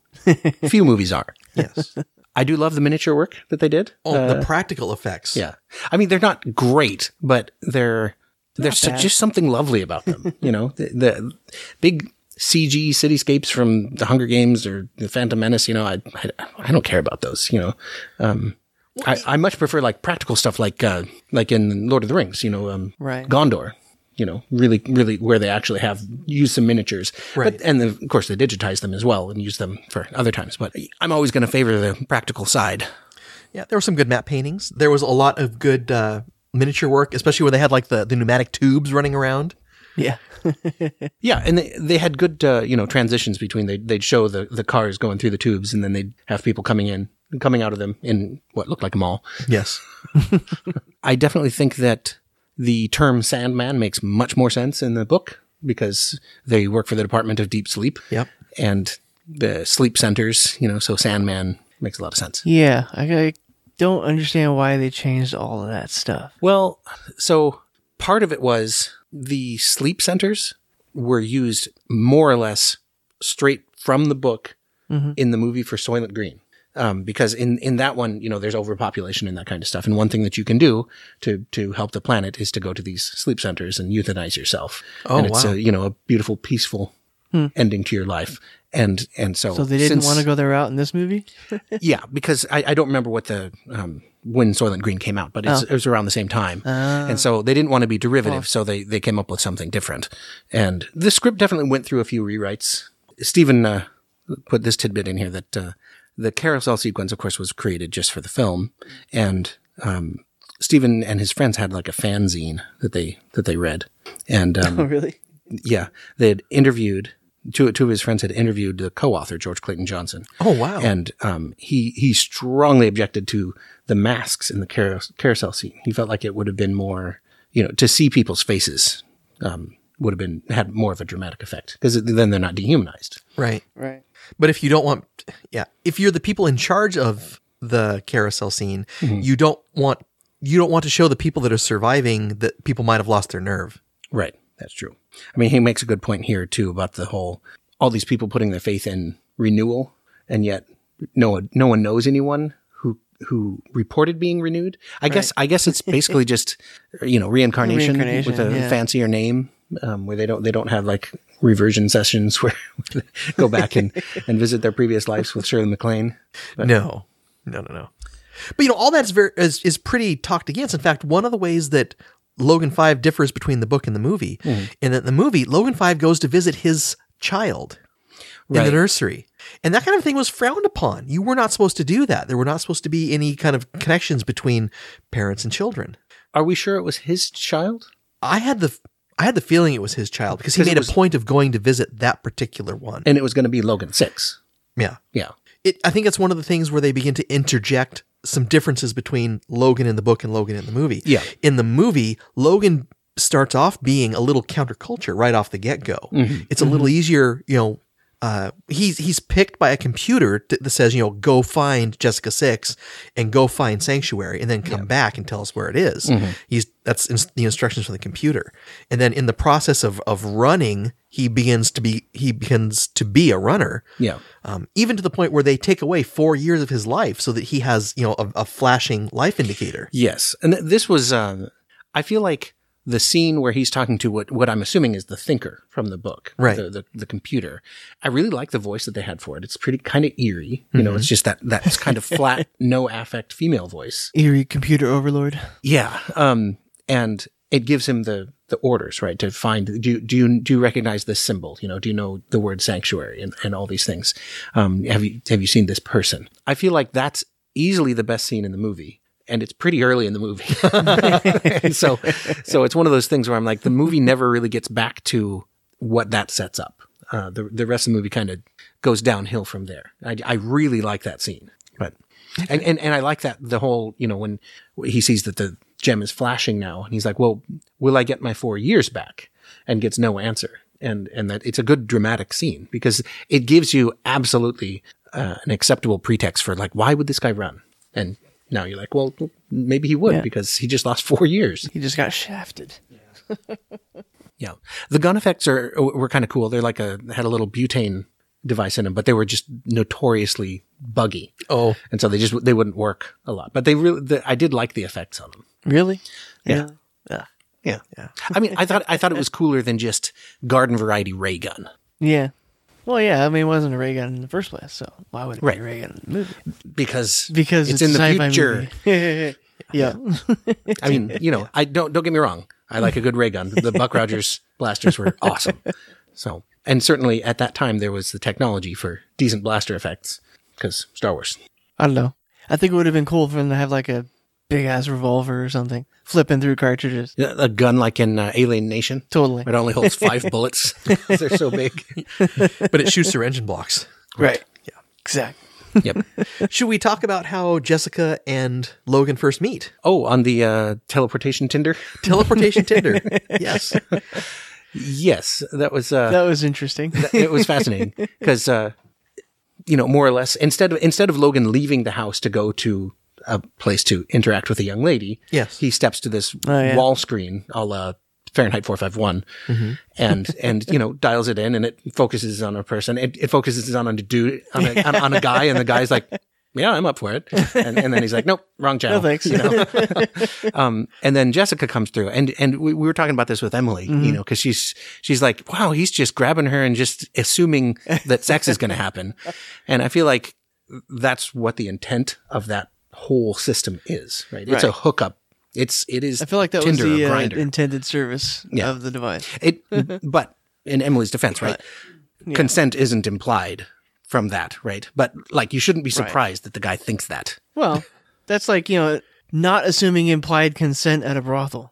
C: Few movies are.
E: Yes.
C: I do love the miniature work that they did.
E: Oh,
C: Uh,
E: the practical effects.
C: yeah, I mean they're not great, but they're there's so- just something lovely about them. you know, the, the big CG cityscapes from the Hunger Games or the Phantom Menace. You know, I I, I don't care about those. You know, um, I, I much prefer like practical stuff, like uh, like in Lord of the Rings. You know, um,
D: Right.
C: Gondor. You know, really, really, where they actually have used some miniatures,
E: Right.
C: But, and of course, they digitize them as well and use them for other times. But I'm always going to favor the practical side.
E: Yeah, there were some good map paintings. There was a lot of good uh, miniature work, especially when they had like the, the pneumatic tubes running around.
D: Yeah.
C: Yeah, and they, they had good uh, you know transitions between they they'd show the the cars going through the tubes and then they'd have people coming in and coming out of them in what looked like a mall.
E: Yes.
C: I definitely think that the term Sandman makes much more sense in the book because they work for the Department of Deep Sleep.
E: Yep.
C: And the sleep centers, you know, so Sandman makes a lot of sense.
D: Yeah. I, I don't understand why they changed all of that stuff.
C: Well, so part of it was the sleep centers were used more or less straight from the book
D: Mm-hmm.
C: in the movie for Soylent Green. Um, because in, in that one, you know, there's overpopulation and that kind of stuff. And one thing that you can do to, to help the planet is to go to these sleep centers and euthanize yourself.
E: Oh,
C: and it's
E: wow.
C: a, you know, a beautiful, peaceful ending to your life. And, and so,
D: Hmm. So they didn't
C: since-
D: want to go their route in this movie?
C: yeah, because I, I don't remember what the um, when Soylent Green came out, but it's, it was around the same time, and so they didn't want to be derivative, so they they came up with something different. And the script definitely went through a few rewrites. Stephen uh, put this tidbit in here that uh, the carousel sequence, of course, was created just for the film, and um, Stephen and his friends had like a fanzine that they that they read, and um,
D: Oh, really?
C: yeah, they had interviewed two two of his friends had interviewed the co-author George Clayton Johnson.
E: Oh, wow.
C: And um, he he strongly objected to the masks in the carous- carousel scene. He felt like it would have been more, you know, to see people's faces um, would have been had more of a dramatic effect because then they're not dehumanized.
E: Right.
D: Right.
E: But if you don't want, yeah, if you're the people in charge of the carousel scene, you don't want you don't want to show the people that are surviving that people might have lost their nerve.
C: Right. That's true. I mean, he makes a good point here too about the whole all these people putting their faith in renewal, and yet no one no one knows anyone who who reported being renewed. I guess I guess it's basically just you know reincarnation,
D: Reincarnation,
C: with a
D: yeah.
C: fancier name, um, where they don't they don't have like reversion sessions where they go back and and visit their previous lives with Shirley MacLaine.
E: no, no, no, no. But you know, all that's very is, is pretty talked against. In fact, one of the ways that Logan Five differs between the book and the movie,
C: Hmm.
E: in that the movie Logan Five goes to visit his child in the
C: Right.
E: nursery, and that kind of thing was frowned upon. You were not supposed to do that. There were not supposed to be any kind of connections between parents and children.
C: Are we sure it was his child?
E: I had the I had the feeling it was his child because he
C: Because it
E: made
C: was-
E: a point of going to visit that particular one.
C: And it was going to be Logan Six.
E: yeah,
C: Yeah.
E: it, I think it's one of the things where they begin to interject some differences between Logan in the book and Logan in the movie.
C: Yeah.
E: In the movie, Logan starts off being a little counterculture right off the get go. It's a little easier, you know. Uh, he's he's picked by a computer t- that says, you know, go find Jessica Six and go find Sanctuary, and then come back and tell us where it is. He's that's ins the instructions from the computer, and then in the process of of running, he begins to be he begins to be a runner
C: Yeah.
E: um, even to the point where they take away four years of his life so that he has you know a, a flashing life indicator
C: Yes, and th- this was. Um, I feel like the scene where he's talking to what what I'm assuming is the thinker from the book,
E: Right.
C: The the, the computer. I really like the voice that they had for it. It's pretty kind of eerie. You know, it's just that that kind of flat, no affect female voice.
D: Eerie computer overlord.
C: Yeah. Um, and it gives him the, the orders, right? To find, do, do you, do you recognize this symbol? You know, do you know the word sanctuary and, and all these things? Um, have you, have you seen this person? I feel like that's easily the best scene in the movie. And it's pretty early in the movie. And so, so it's one of those things where I'm like, the movie never really gets back to what that sets up. Uh, the, the rest of the movie kind of goes downhill from there. I, I really like that scene, but and, and and I like that the whole you know when he sees that the gem is flashing now and he's like, well, will I get my four years back? And gets no answer. And and that it's a good dramatic scene because it gives you absolutely uh, an acceptable pretext for like why would this guy run? And now you're like, well, maybe he would
D: Yeah.
C: because he just lost four years.
D: He just got shafted.
C: Yeah, the gun effects are were kind of cool. They're like a had a little butane device in them, but they were just notoriously buggy.
E: oh
C: and so they just they wouldn't work a lot. But they really, the, I did like the effects on them.
D: Really?
C: Yeah.
D: Yeah.
E: yeah yeah
C: I mean, I thought I thought it was cooler than just garden variety ray gun.
D: Yeah. Well, yeah. I mean, it wasn't a ray gun in the first place, so why would it
C: Right.
D: be a ray gun in the movie?
C: Because
D: Because it's,
C: it's, in
D: a
C: the
D: sci-fi
C: future.
D: movie. yeah.
C: I mean, you know, I don't don't get me wrong. I like a good ray gun. The Buck Rogers blasters were awesome. So, and certainly at that time there was the technology for decent blaster effects because Star Wars.
D: I don't know. I think it would have been cool for them to have like a big ass revolver or something, flipping through cartridges.
C: Yeah, A gun like in uh, Alien Nation.
D: Totally.
C: It only holds five bullets. 'cause They're so big.
E: but it shoots their engine blocks
D: Right. Yeah. Exactly.
C: Yep.
E: should we talk about how jessica and logan first meet
C: Oh, on the uh, teleportation Tinder.
E: teleportation tinder yes
C: Yes, that was. Uh,
D: That was interesting.
C: it was fascinating because uh, you know more or less instead of instead of Logan leaving the house to go to a place to interact with a young lady,
E: Yes.
C: he steps to this
D: Oh, yeah. Mm-hmm.
C: wall screen, a la Fahrenheit four five one, and and you know dials it in, and it focuses on a person. It, it focuses on a dude on a, on, on a guy, and the guy's like. Yeah, I'm up for it. And, and then he's like, nope, wrong channel.
D: No, thanks.
C: You know? um, and then Jessica comes through, and and we, we were talking about this with Emily,
D: Mm-hmm.
C: you know, because she's she's like, wow, he's just grabbing her and just assuming that sex is going to happen, and I feel like that's what the intent of that whole system is, right? It's a
D: Right.
C: hookup. It's it is.
D: I feel like that
C: Tinder
D: was the
C: or
D: uh,
C: Grindr.
D: intended service
C: Yeah.
D: of the device.
C: It, but in Emily's defense, right? Consent isn't implied from that, right? But like, you shouldn't be surprised that the guy thinks that.
D: Well, that's like, you know, not assuming implied consent at a brothel.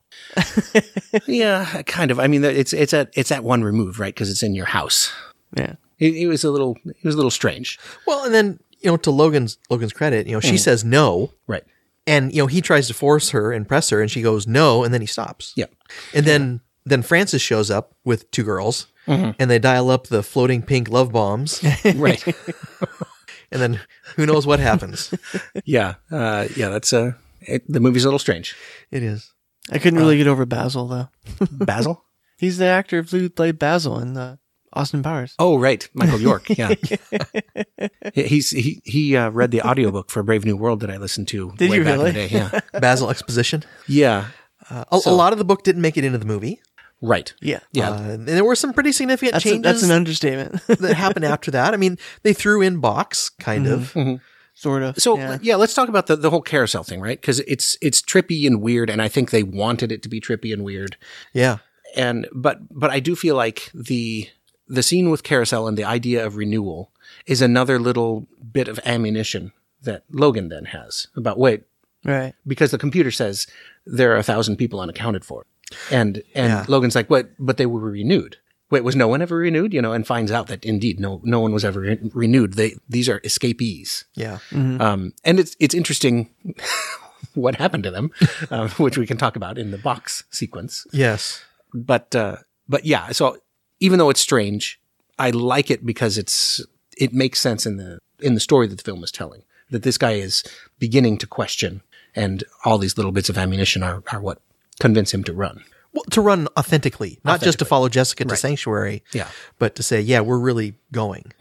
C: yeah, kind of. I mean, it's it's at it's at one remove, right? Because it's in your house.
D: Yeah.
C: It, it was a little it was a little strange.
E: Well, and then you know, to Logan's Logan's credit, you know, she says no,
C: Right.
E: and you know, he tries to force her and press her, and she goes no, and then he stops.
C: Yeah.
E: And then then Francis shows up with two girls, and they dial up the floating pink love bombs, and
C: Right.
E: then who knows what happens?
C: yeah. Uh, yeah, that's uh it, the movie's a little strange.
E: It is.
D: I couldn't
C: Uh.
D: really get over Basil though.
C: Basil?
D: He's the actor who played Basil in uh, Austin Powers.
C: Oh, right. Michael York. Yeah. He- He's he he uh, read the audiobook for Brave New World that I listened to
D: Did
C: way
D: you
C: back
D: really?
C: in the day. Yeah.
E: Basil exposition.
C: yeah.
E: Uh, a, a lot of the book didn't make it into the movie.
C: Right.
D: Yeah.
C: Yeah.
E: Uh, and there were some pretty significant
D: That's, a-
E: changes
D: that's an understatement.
E: that happened after that. I mean, they threw in Box, kind of.
D: sort of.
C: So
D: yeah.
C: yeah. let's talk about the, the whole carousel thing, right? Because it's it's trippy and weird, and I think they wanted it to be trippy and weird.
E: Yeah.
C: And but but I do feel like the the scene with carousel and the idea of renewal is another little bit of ammunition that Logan then has about wait
D: right.
C: because the computer says there are a thousand people unaccounted for, and and
E: Yeah.
C: Logan's like what but they were renewed. Wait, was no one ever renewed? You know, and finds out that indeed no no one was ever re- renewed. They these are escapees.
E: Yeah.
C: Um, and it's it's interesting what happened to them, um, which we can talk about in the box sequence.
E: Yes.
C: But uh, but yeah, so even though it's strange, I like it because it's it makes sense in the in the story that the film is telling. That this guy is beginning to question, and all these little bits of ammunition are are what convince him to run.
E: Well, to run authentically, not just to follow Jessica to Sanctuary.
C: Yeah.
E: But to say, yeah, we're really going.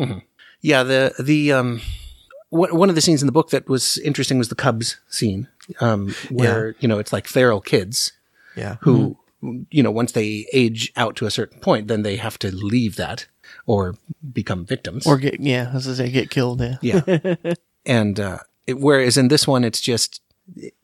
C: Yeah, the the um, wh- one of the scenes in the book that was interesting was the Cubs scene, um, where you know it's like feral kids
E: Yeah.
C: who you know once they age out to a certain point then they have to leave that or become victims
D: Or get yeah, as I say, get killed. Yeah.
C: yeah and uh it, whereas in this one it's just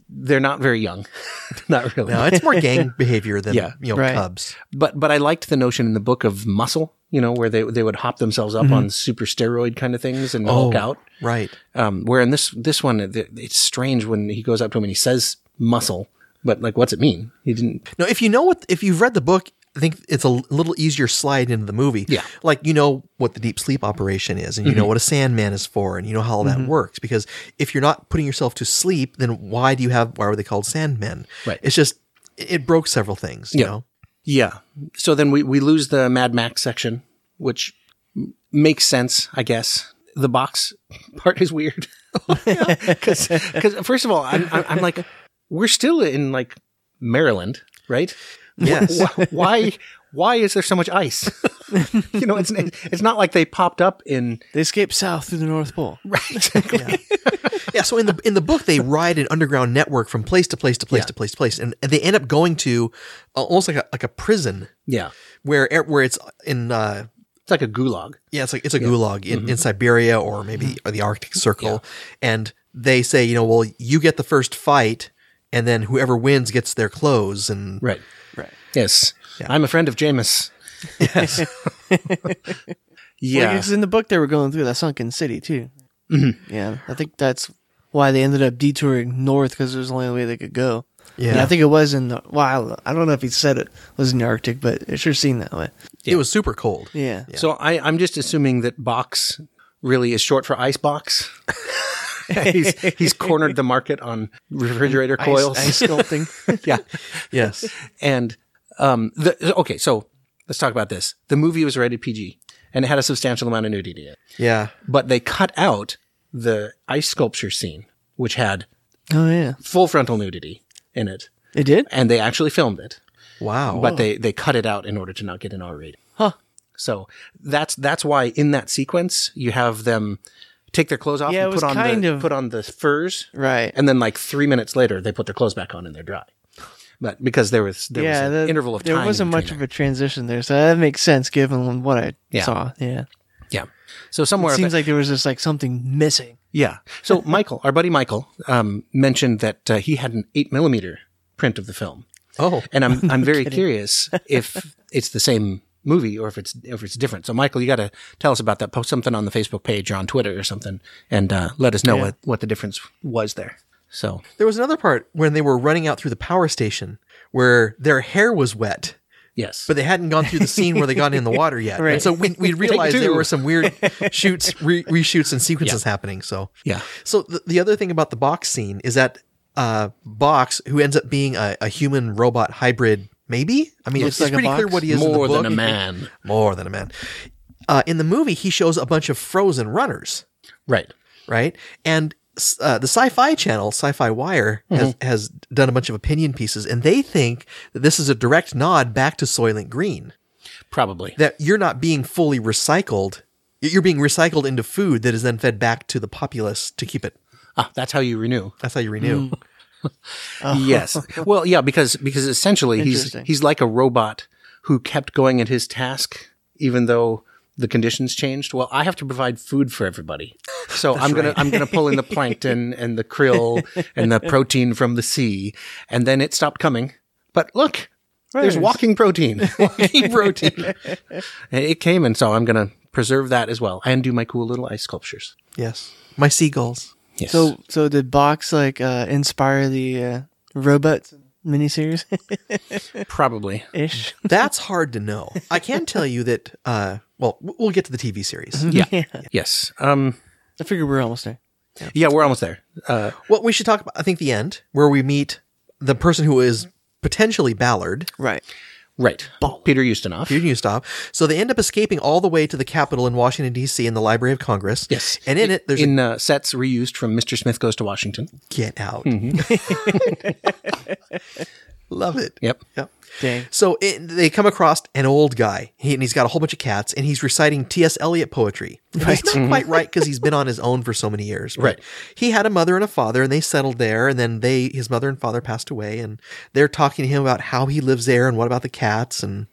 C: they're not very young not really
E: No, it's more gang behavior than
C: Yeah.
E: you know
D: Right.
E: cubs.
C: but but i liked the notion in the book of muscle you know where they they would hop themselves up on super steroid kind of things and hulk out
E: Right.
C: um where in this this one it, it's strange when he goes up to him and he says muscle but like what's it mean he didn't
E: No, if you know what, if you've read the book, I think it's a little easier slide into the movie.
C: Yeah. Mm-hmm.
E: Like you know what the deep sleep operation is, and you know what a Sandman is for, and you know how all that works. Because if you're not putting yourself to sleep, then why do you have? Why were they called Sandmen?
C: Right.
E: It's just it it broke several things. You
C: Yeah.
E: know.
C: Yeah. So then we, we lose the Mad Max section, which m- makes sense, I guess. The box part is weird. Because, first of all, I'm, I'm I'm like, we're still in like Maryland, right?
E: Yes.
C: Wh- Why? Why is there so much ice? you know, it's it's not like they popped up in
D: They escape south through the North Pole.
C: right.
E: yeah. So in the in the book, they ride an underground network from place to place to place to place to place, and, and they end up going to uh, almost like a like a prison
C: Yeah,
E: where where it's in. Uh,
C: it's like a gulag.
E: Yeah, it's like it's a gulag in, in Siberia or maybe or the Arctic Circle, and they say, you know, well, you get the first fight, and then whoever wins gets their clothes, and
C: Right.
D: Right.
C: Yes. I'm a friend of Jameis. Yes. yeah. Mm-hmm.
D: Like, 'cause in the book they were going through that sunken city too. Yeah, I think that's why they ended up detouring north because it was the only way they could go.
E: Yeah.
D: And I think it was in the. Well, I don't- I don't know if he said it was in the Arctic, but it sure seemed that way.
E: it was super cold.
D: Yeah.
C: So I, I'm just assuming that box really is short for ice box. he's, he's cornered the market on refrigerator
D: Ice-
C: coils.
D: ice sculpting.
C: Yeah.
E: Yes,
C: And um, the, okay, so let's talk about this. The movie was rated PG and it had a substantial amount of nudity in it,
E: yeah,
C: but they cut out the ice sculpture scene, which had
D: oh yeah,
C: full frontal nudity in it,
D: it did.
C: and they actually filmed it.
E: wow.
D: Oh.
C: but they they cut it out in order to not get an R rating. Huh. So that's that's why in that sequence you have them take their clothes off
D: Yeah, it
C: and
D: was
C: put on
D: kind
C: the
D: of-
C: put on the furs,
D: Right.
C: and then like three minutes later they put their clothes back on and they're dry. But because there was there was
D: yeah,
C: an
D: that-
C: interval of
D: there
C: time,
D: wasn't
C: in
D: much
C: between
D: of a transition there, so that makes sense given what I
C: Yeah.
D: saw. Yeah,
C: that. yeah. So somewhere
D: it
C: up
D: seems
C: at-
D: like there was just like something missing.
C: yeah. So Michael, our buddy Michael, um, mentioned that uh, he had an eight millimeter print of the film.
E: oh,
C: and I'm I'm very curious if it's the same movie or if it's if it's different. So Michael, you got to tell us about that. Post something on the Facebook page or on Twitter or something, and uh, let us know what what the difference was there. So
E: there was another part when they were running out through the power station where their hair was wet.
C: Yes.
E: but they hadn't gone through the scene where they got in the water yet. And
D: Right.
E: so we, we realized
C: two.
E: there were some weird shoots, re, reshoots, and sequences happening. So
C: Yeah.
E: So the, the other thing about the box scene is that uh, box, who ends up being a, a human robot hybrid, maybe. I mean,
D: Looks
E: it's,
D: like
E: it's
D: a
E: pretty clear
D: box.
E: what he is. in the
C: more than a
E: book.
C: man.
E: More than a man. Uh, in the movie, he shows a bunch of frozen runners
C: Right.
E: right? And uh, the Sci-Fi Channel, Sci-Fi Wire, has,
D: Mm-hmm.
E: has done a bunch of opinion pieces, and they think that this is a direct nod back to Soylent Green.
C: Probably.
E: That you're not being fully recycled; you're being recycled into food that is then fed back to the populace to keep it.
C: Ah, that's how you renew.
E: That's how you renew.
D: Mm.
C: yes. Well, yeah, because because essentially he's
D: Oh. Interesting.
C: he's like a robot who kept going at his task even though the conditions changed. Well, I have to provide food for everybody. So I'm going to I'm going to pull in the plankton and the krill and the protein from the sea and then it stopped coming. But look, there's
D: Right.
C: walking protein. Walking protein. And it came and so I'm going to preserve that as well and do my cool little ice sculptures.
E: Yes, my seagulls.
C: Yes.
D: So so did Box like uh, inspire the uh, robot miniseries
C: probably.
D: ish?
E: That's hard to know. I can tell you that. Uh, well, w- we'll get to the TV series.
C: Yeah. Yes. Um
D: I figure we're almost there.
C: yeah, we're almost there. Uh
E: Well, we should talk about. I think the end where we meet the person who is potentially Ballard.
D: Right.
C: Right. Peter Ustinov.
E: Peter Newstop. So they end up escaping all the way to the Capitol in Washington D.C. in the Library of Congress.
C: Yes.
E: and in it there's a
C: in uh, sets reused from Mr. Smith Goes to Washington.
E: Get Out.
C: Mm-hmm.
E: Love it.
C: Yep.
E: Yep.
D: Dang.
E: So it, they come across an old guy, he, and he's got a whole bunch of cats, and he's reciting T.S. Eliot poetry. Right. He's not quite right because he's been on his own for so many years. but
C: Right.
E: He had a mother and a father, and they settled there, and then they his mother and father passed away, and they're talking to him about how he lives there and what about the cats, and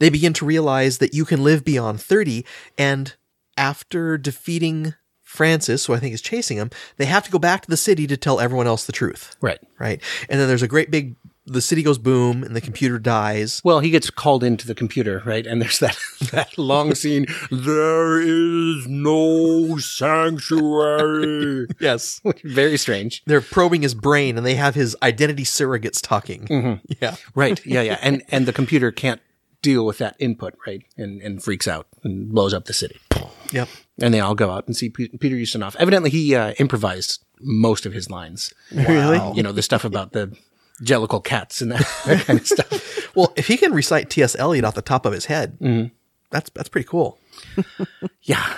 E: they begin to realize that you can live beyond thirty, and after defeating Francis, who I think is chasing him, they have to go back to the city to tell everyone else the truth
C: Right.
E: right? And then there's a great big the city goes boom and the computer dies.
C: Well, he gets called into the computer, right? And there's that that long scene. There is no sanctuary.
E: Yes.
C: Very strange.
E: They're probing his brain and they have his identity surrogates talking. Yeah.
C: Right. Yeah. Yeah. And and the computer can't deal with that input, right? And and freaks out and blows up the city.
E: Yep.
C: And they all go out and see P- Peter Ustinov. Evidently, he uh, improvised most of his lines.
D: Really?
C: You know the stuff about the jellicle cats and that, that kind of stuff.
E: Well, if he can recite T.S. Eliot off the top of his head, that's that's pretty cool.
C: Yeah.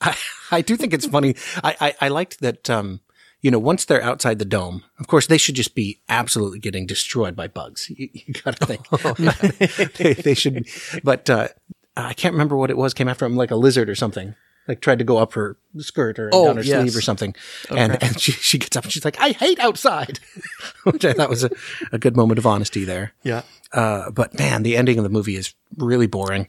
C: I, I do think it's funny. I, I, I liked that, um, you know, once they're outside the dome, of course, they should just be absolutely getting destroyed by bugs. You, you gotta
E: Oh,
C: think. they, they should, but, uh, I can't remember what it was came after him, like a lizard or something. Like tried to go up her skirt or
E: Oh,
C: down her
E: yes.
C: sleeve or something. and and she, she gets up and she's like, I hate outside, which I thought was a, a good moment of honesty there.
E: Yeah.
C: Uh, but man, the ending of the movie is really boring.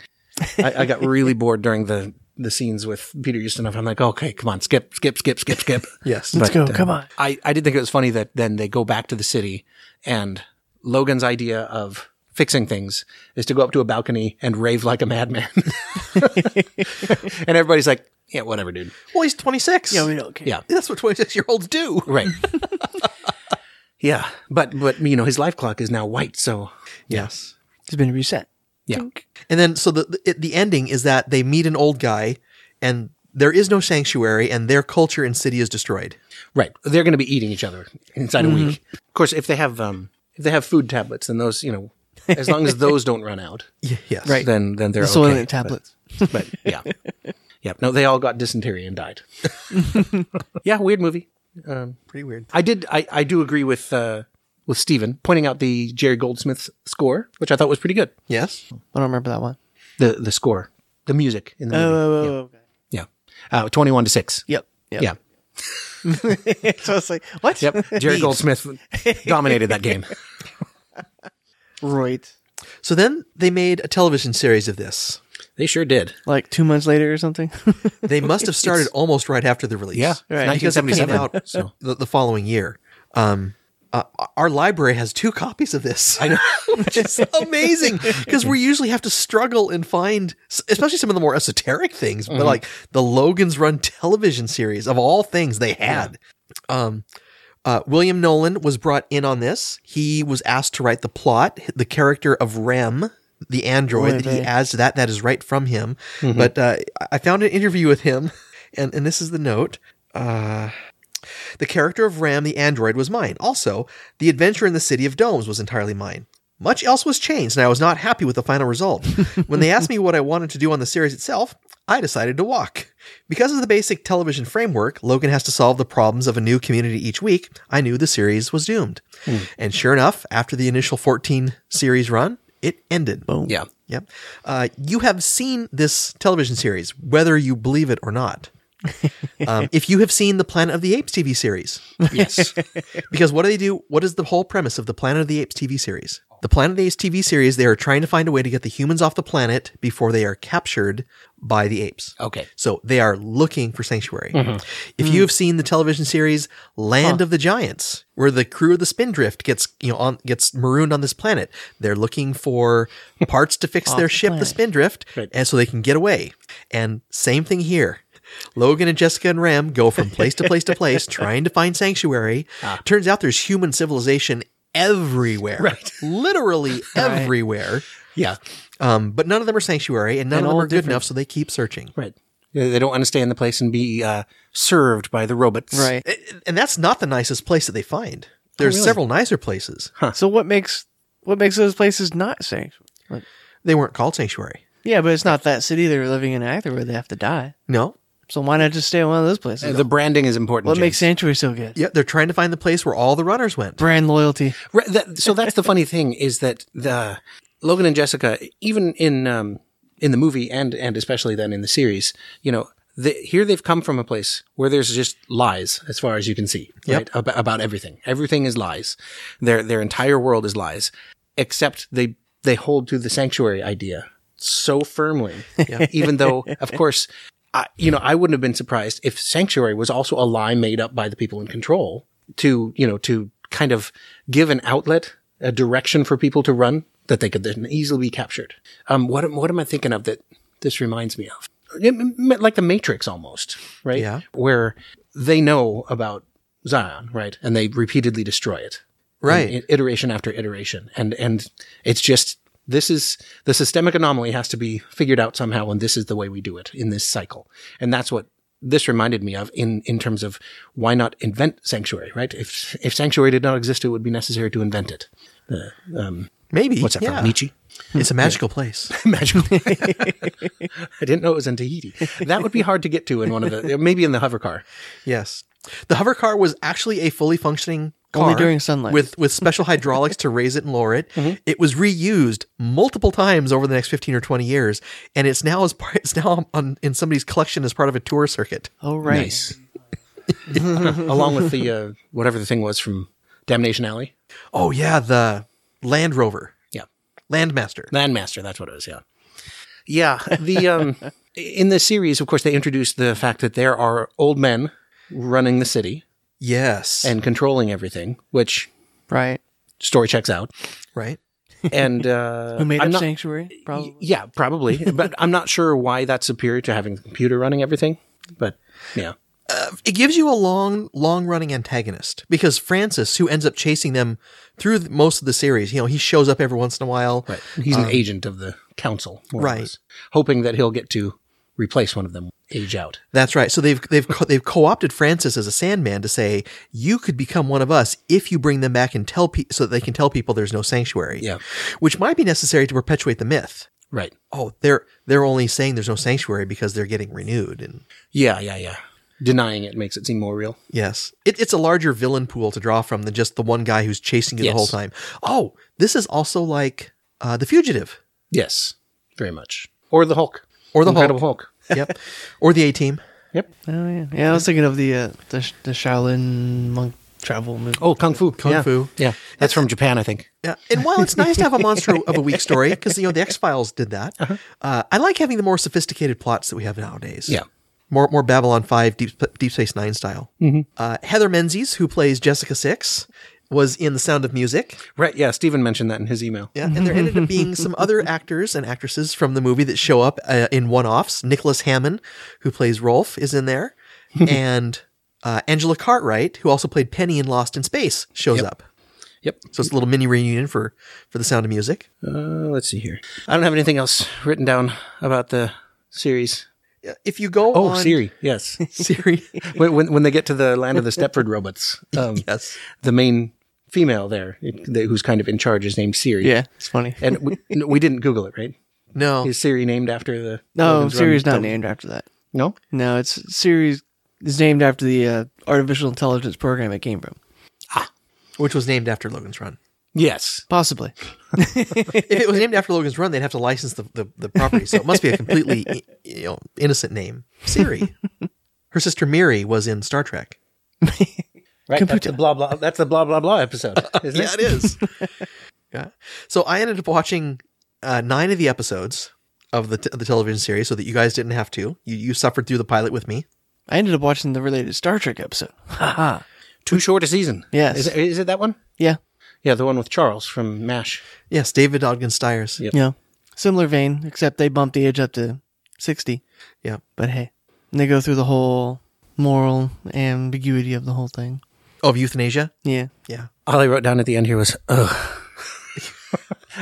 C: I, I got really bored during the the scenes with Peter Ustinov. I'm like, okay, come on, skip, skip, skip, skip, skip.
E: Yes.
C: Let's
D: go, come on.
C: I, I did think it was funny that then they go back to the city and Logan's idea of fixing things is to go up to a balcony and rave like a madman. and everybody's like, yeah, whatever, dude.
E: Well, he's 26.
D: Yeah, we don't care.
C: Yeah.
E: that's what 26 year olds do.
C: Right. yeah. But, but, you know, his life clock is now white. So
E: Yes.
D: It's been reset.
C: yeah.
E: And then so the the, it- the ending is that they meet an old guy and there is no sanctuary and their culture and city is destroyed.
C: Right. They're going to be eating each other inside a week. Mm-hmm. Of course, if they have um, if they have food tablets, then those you know, as long as those don't run out,
E: Y- yes.
D: Right.
C: then then they're
D: The soil
C: okay.
D: and tablets.
C: But, but yeah, yeah. No, they all got dysentery and died. yeah, weird movie. Um,
E: Pretty weird.
C: I did. I, I do agree with uh, with Steven pointing out the Jerry Goldsmith score, which I thought was pretty good.
E: Yes.
D: I don't remember that one.
C: The the score, the music in the
D: Oh,
C: movie.
D: oh, oh, okay.
C: Yeah, uh, twenty one to six.
D: Yep. Yep.
C: Yeah.
D: so it's like, what?
C: Yep. Jerry Goldsmith dominated that game.
D: Right.
E: So then they made a television series of this.
C: They sure did.
D: Like two months later or something.
E: They must have started almost right after the release.
C: Yeah,
D: Right.
E: because it came
C: 1977.
E: out
C: so.
E: the, the following year. Um, uh, our library has two copies of this. I know, which is amazing because we usually have to struggle and find, s- especially some of the more esoteric things. But like the Logan's Run television series, of all things, they had. Um, uh, William Nolan was brought in on this. He was asked to write the plot, the character of Rem, the android that he
D: Whatever.
E: adds to that that is right from him. But uh, I found an interview with him, and, and this is the note. Uh, the character of Ram the android was mine. Also, the adventure in the City of Domes was entirely mine. Much else was changed, and I was not happy with the final result. when they asked me what I wanted to do on the series itself, I decided to walk. Because of the basic television framework, Logan has to solve the problems of a new community each week. I knew the series was doomed. And sure enough, after the initial 14 series run, it ended.
C: Yeah.
E: Yep. Uh, you have seen this television series, whether you believe it or not. um, if you have seen the Planet of the Apes TV series,
C: Yes.
E: because what do they do? What is the whole premise of the Planet of the Apes TV series? The Planet of the Apes TV series, they are trying to find a way to get the humans off the planet before they are captured by the apes.
C: okay.
E: So they are looking for sanctuary. If you have seen the television series Land of the Giants, where the crew of the Spindrift gets you know on gets marooned on this planet, they're looking for parts to fix their ship, the Spindrift, and so they can get away. And same thing here. Logan and Jessica and Ram go from place to place to place trying to find sanctuary. Turns out there's human civilization everywhere. Right. Literally everywhere.
C: Yeah.
E: Um, but none of them are sanctuary and none
D: And
E: of them
D: all
E: are good
D: different.
E: enough, so they keep searching.
C: Right. They they don't want to stay in the place and be uh, served by the robots.
D: Right.
E: and that's not the nicest place that they find. There's
C: Oh, really?
E: several nicer places.
D: So what makes what makes those places not safe? Like,
E: They weren't called sanctuary.
D: yeah, but it's not that city they're living in either where they have to die.
E: No.
D: So why not just stay in one of those places?
C: Uh, The branding is important.
D: what makes
C: James.
D: Sanctuary so good?
E: Yeah, they're trying to find the place where all the runners went.
D: Brand loyalty.
C: Right, that, so that's the funny thing is that the Logan and Jessica, even in um, in the movie and and especially then in the series, you know, the, here they've come from a place where there's just lies as far as you can see, right? About, about everything, everything is lies. Their their entire world is lies, except they they hold to the sanctuary idea so firmly, even though of course. I, you know, I wouldn't have been surprised if sanctuary was also a lie made up by the people in control to you know to kind of give an outlet a direction for people to run that they could then easily be captured um what am, what am i thinking of that this reminds me of It m- m- like the matrix almost right
E: Yeah.
C: where they know about zion right and they repeatedly destroy it
E: Right.
C: I- iteration after iteration and and it's just this is the systemic anomaly has to be figured out somehow and this is the way we do it in this cycle and that's what this reminded me of in in terms of why not invent sanctuary right if if sanctuary did not exist it would be necessary to invent it
E: Maybe.
C: what's that
E: yeah.
C: from nietzsche
E: It's a magical place.
C: magical i didn't know it was in tahiti that would be hard to get to in one of the maybe in the hover car
E: yes. The hover car was actually a fully functioning car
D: Only during sunlight.
E: with with special hydraulics to raise it and lower it.
C: Mm-hmm.
E: It was reused multiple times over the next 15 or 20 years and it's now as part, it's now on, in somebody's collection as part of a tour circuit.
D: Oh right.
C: nice along with the uh, whatever the thing was from damnation alley
E: Oh yeah, the Land Rover,
C: yeah
E: Landmaster.
C: Landmaster, that's what it was, yeah. Yeah, the um in the series of course they introduced the fact that there are old men running the city
E: Yes.
C: and controlling everything, which
D: Right.
C: story checks out.
E: right?
C: And uh
D: Who made
C: I'm
D: up
C: not-
D: Sanctuary? Probably.
C: Yeah, probably, but I'm not sure why that's superior to having the computer running everything, but yeah.
E: it gives you a long, long running antagonist because Francis, who ends up chasing them through th- most of the series, you know, he shows up every once in a while.
C: Right. He's
D: Um,
C: an agent of the council, more or
E: right.
C: less, hoping that he'll get to replace one of them age out.
E: That's right. So they've they've co- they've co-opted Francis as a Sandman to say you could become one of us if you bring them back and tell pe- so that they can tell people there's no sanctuary.
C: Yeah.
E: which might be necessary to perpetuate the myth.
C: Right.
E: Oh, they're they're only saying there's no sanctuary because they're getting renewed. And
C: Yeah, yeah, yeah. Denying it makes it seem more real.
E: yes, it, it's a larger villain pool to draw from than just the one guy who's chasing you
C: Yes.
E: the whole time. Oh, this is also like uh, the fugitive.
C: Yes, very much. Or the Hulk.
E: Or the
C: Incredible Hulk.
E: yep. Or the A Team.
C: Yep.
D: Oh yeah. Yeah, I was thinking of the uh, the, Sh- the Shaolin monk travel movie.
C: Oh, Kung Fu. Kung
E: Fu.
C: Yeah. That's from Japan, I think.
E: Yeah. And while it's nice to have a monster of a week story, because you know the X Files did that, uh I like having the more sophisticated plots that we have nowadays.
C: Yeah.
E: More more Babylon Five, Deep, Sp- Deep Space Nine style. Uh, Heather Menzies, who plays Jessica Six, was in The Sound of Music.
C: Right. Yeah. Steven mentioned that in his email.
E: Yeah, and there ended up being some other actors and actresses from the movie that show up uh, in one-offs. Nicholas Hammond, who plays Rolf, is in there, and uh, Angela Cartwright, who also played Penny in Lost in Space, shows up.
C: Yep.
E: So it's a little mini reunion for for the sound of music.
C: Uh, let's see here. I don't have anything else written down about the series.
E: Yeah, If you go
C: Oh,
E: on
C: Siri. Yes.
E: Siri.
C: when, when when they get to the land of the Stepford robots, um,
E: yes.
C: the main female there, it- the- who's kind of in charge, is named Siri.
D: Yeah, it's funny.
C: And we, no, we didn't Google it, right?
E: No.
C: Is Siri named after the?
D: No,
C: Logan's Run
D: Siri's not
C: film?
D: named after that.
C: No.
D: No, it's Siri's is named after the uh, artificial intelligence program it came from.
E: which was named after Logan's Run.
C: Yes.
D: Possibly.
E: If it was named after Logan's Run, they'd have to license the, the, the property. So it must be a completely i- you know, innocent name. Siri. Her sister Miri was in Star Trek.
C: Right. Computer. That's the blah blah. That's the blah blah blah episode. Isn't
E: Yeah, it is. yeah. So I ended up watching uh, nine of the episodes of the t- the television series, so that you guys didn't have to. You you suffered through the pilot with me.
D: I ended up watching the related Star Trek episode.
C: Too short a season.
D: Yes.
C: Is it, is it that one?
D: Yeah.
C: Yeah, the one with Charles from Mash.
E: Yes, David Ogden Stiers.
C: Yeah.
D: Yeah. Similar vein, except they bumped the age up to 60.
E: Yeah.
D: But hey, they go through the whole moral ambiguity of the whole thing.
E: Of euthanasia.
D: Yeah.
E: Yeah.
C: All I wrote down at the end here was ugh.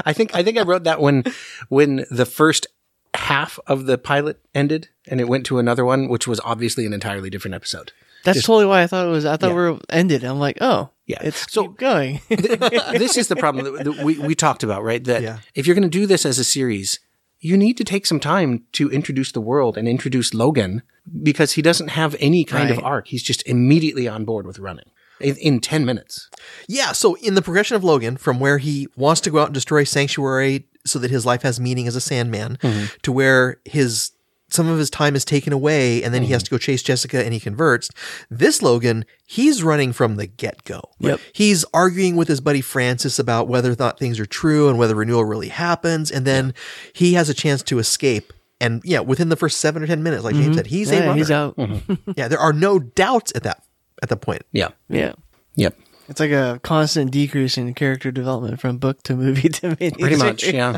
C: I think I think I wrote that when when the first half of the pilot ended and it went to another one, which was obviously an entirely different episode.
D: That's totally why I thought it was. I thought
C: Yeah.
D: we were ended. I'm like, oh,
C: Yeah.
D: it's
C: So-
D: so going.
C: this is the problem that, that we, we talked about, right? That
E: Yeah.
C: if you're going to do this as a series, you need to take some time to introduce the world and introduce Logan because he doesn't have any kind of
D: Right.
C: arc. He's just immediately on board with running in, in 10 minutes.
E: Yeah. So in the progression of Logan, from where he wants to go out and destroy Sanctuary so that his life has meaning as a Sandman,
D: Mm-hmm.
E: to where his some of his time is taken away, and then he has
D: Mm-hmm.
E: to go chase Jessica, and he converts. This Logan, he's running from the get go.
D: Yep.
E: He's arguing with his buddy Francis about whether or not things are true and whether renewal really happens, and then he has a chance to escape. And yeah, within the first seven or ten minutes, like James said, he's
D: Mm-hmm.
E: a
D: yeah,
E: runner.
D: he's out.
C: Mm.
E: Yeah, there are no doubts at that at the point.
C: Yeah.
D: Yeah.
C: Yep.
D: It's like a constant decrease in character development from book to movie to mini.
C: Pretty much. Yeah.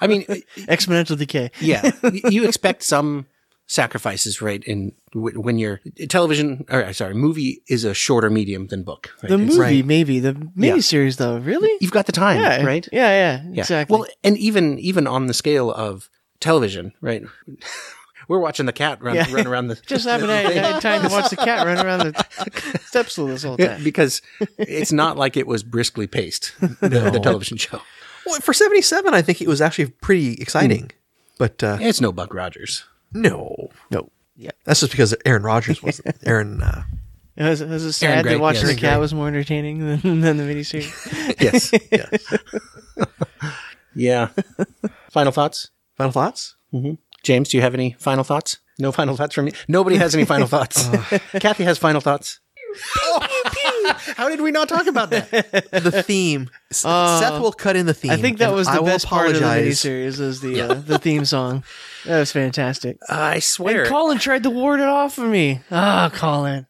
C: I mean,
D: Exponential decay.
C: yeah, you expect some sacrifices, right? In w- when your television, or uh, sorry, movie is a shorter medium than book. Right?
D: The
C: It's-
D: movie,
E: Right.
D: maybe. The miniseries, though. Really?
C: You've got the time,
D: Yeah.
C: right?
D: Yeah, yeah.
C: Yeah.
D: Exactly.
C: Well, and even even on the scale of television, right? We're watching the cat run
D: Yeah.
C: run around the
D: just haven't had, had time to watch the cat run around the steps this whole
C: Yeah,
D: time.
C: because it's not like it was briskly paced. The, the television show.
E: Well, for 77, I think it was actually pretty exciting.
D: Hmm.
E: But uh,
C: It's no Buck Rogers.
E: no.
D: No. Yeah.
E: That's just because Aaron Rodgers was Aaron. Uh,
D: It was, it was sad
C: Grey,
D: that watching
C: yes.
D: the cat was more entertaining than, than the miniseries.
C: Yes. yes. yeah. Final thoughts.
E: final thoughts?
C: James, do you have any final thoughts? No final thoughts from me. Nobody has any final thoughts. Kathy has final thoughts. How did we not talk about that?
E: The theme. S- Seth will cut in the theme.
D: Uh, I think that
E: and
D: was the
E: I will
D: best part of the
E: apologize.
D: miniseries was the uh, the theme song. That was fantastic.
E: Uh,
C: I swear.
D: Colin tried to ward it off of me. Ah, Colin.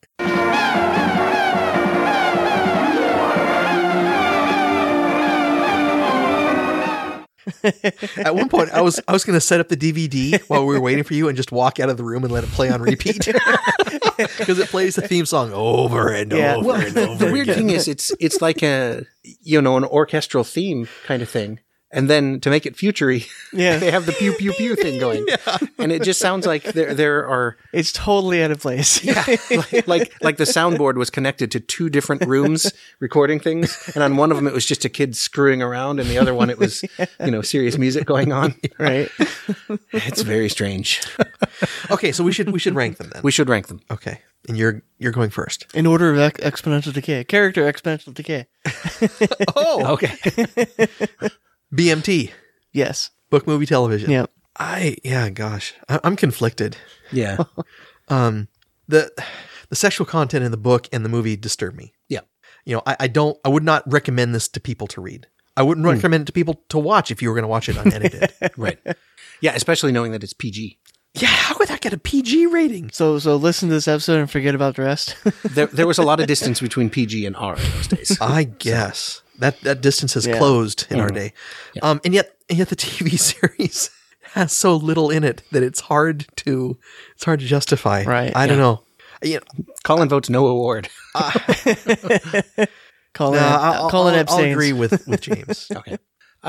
E: At one point, I was I was going to set up the DVD while we were waiting for you and just walk out of the room and let it play on repeat because it plays the theme song over and
D: Yeah.
E: over
D: Well,
E: and
C: the,
E: over.
C: the weird
E: again.
C: thing is, it's it's like a you know an orchestral theme kind of thing, and then to make it futury,
D: Yeah.
C: they have the pew pew pew thing going, and it just sounds like there there are
D: It's totally out of place. Yeah.
C: like, like like the soundboard was connected to two different rooms recording things, and on one of them it was just a kid screwing around, and the other one it was you know serious music going on.
D: right.
C: It's very strange.
E: Okay, so we should we should rank them then.
C: We should rank them.
E: okay, and you're you're going first.
D: In order of ex- exponential decay. Character exponential decay.
E: Oh,
C: Okay.
E: BMT,
D: Yes.
E: book, movie, television.
D: Yep.
E: I yeah, gosh, I, I'm conflicted.
C: Yeah.
E: the The sexual content in the book and the movie disturb me.
C: Yeah.
E: You know, I, I don't. I would not recommend this to people to read. I wouldn't recommend it to people to watch if you were going to watch it unedited.
C: Hmm. Right. Yeah, especially knowing that it's PG.
E: yeah, how could that get a PG rating?
D: So so listen to this episode and forget about the rest.
C: There, there was a lot of distance between PG and R in those days.
E: I guess that that distance has closed in our
C: Hmm.
E: day. Um, and yet, and yet the TV series has so little in it that it's hard to it's hard to justify.
D: Right,
E: I don't know. You know,
C: Colin votes no award.
D: Colin,
E: No,
D: Colin
E: I'll, I'll- I'll
D: abstains.
E: agree with, with James.
C: Okay.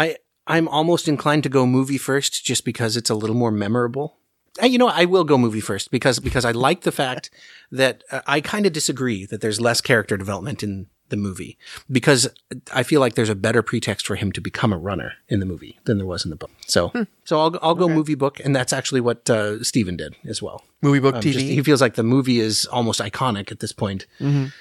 C: I I'm almost inclined to go movie first just because it's a little more memorable. And you know, I will go movie first because because I like the fact that uh, I kind of disagree that there's less character development in the movie because I feel like there's a better pretext for him to become a runner in the movie than there was in the book. So so I'll I'll go movie book and that's actually what uh, Steven did as well.
E: Movie book
C: Um,
E: TV.
C: just- he feels like the movie is almost iconic at this point. It-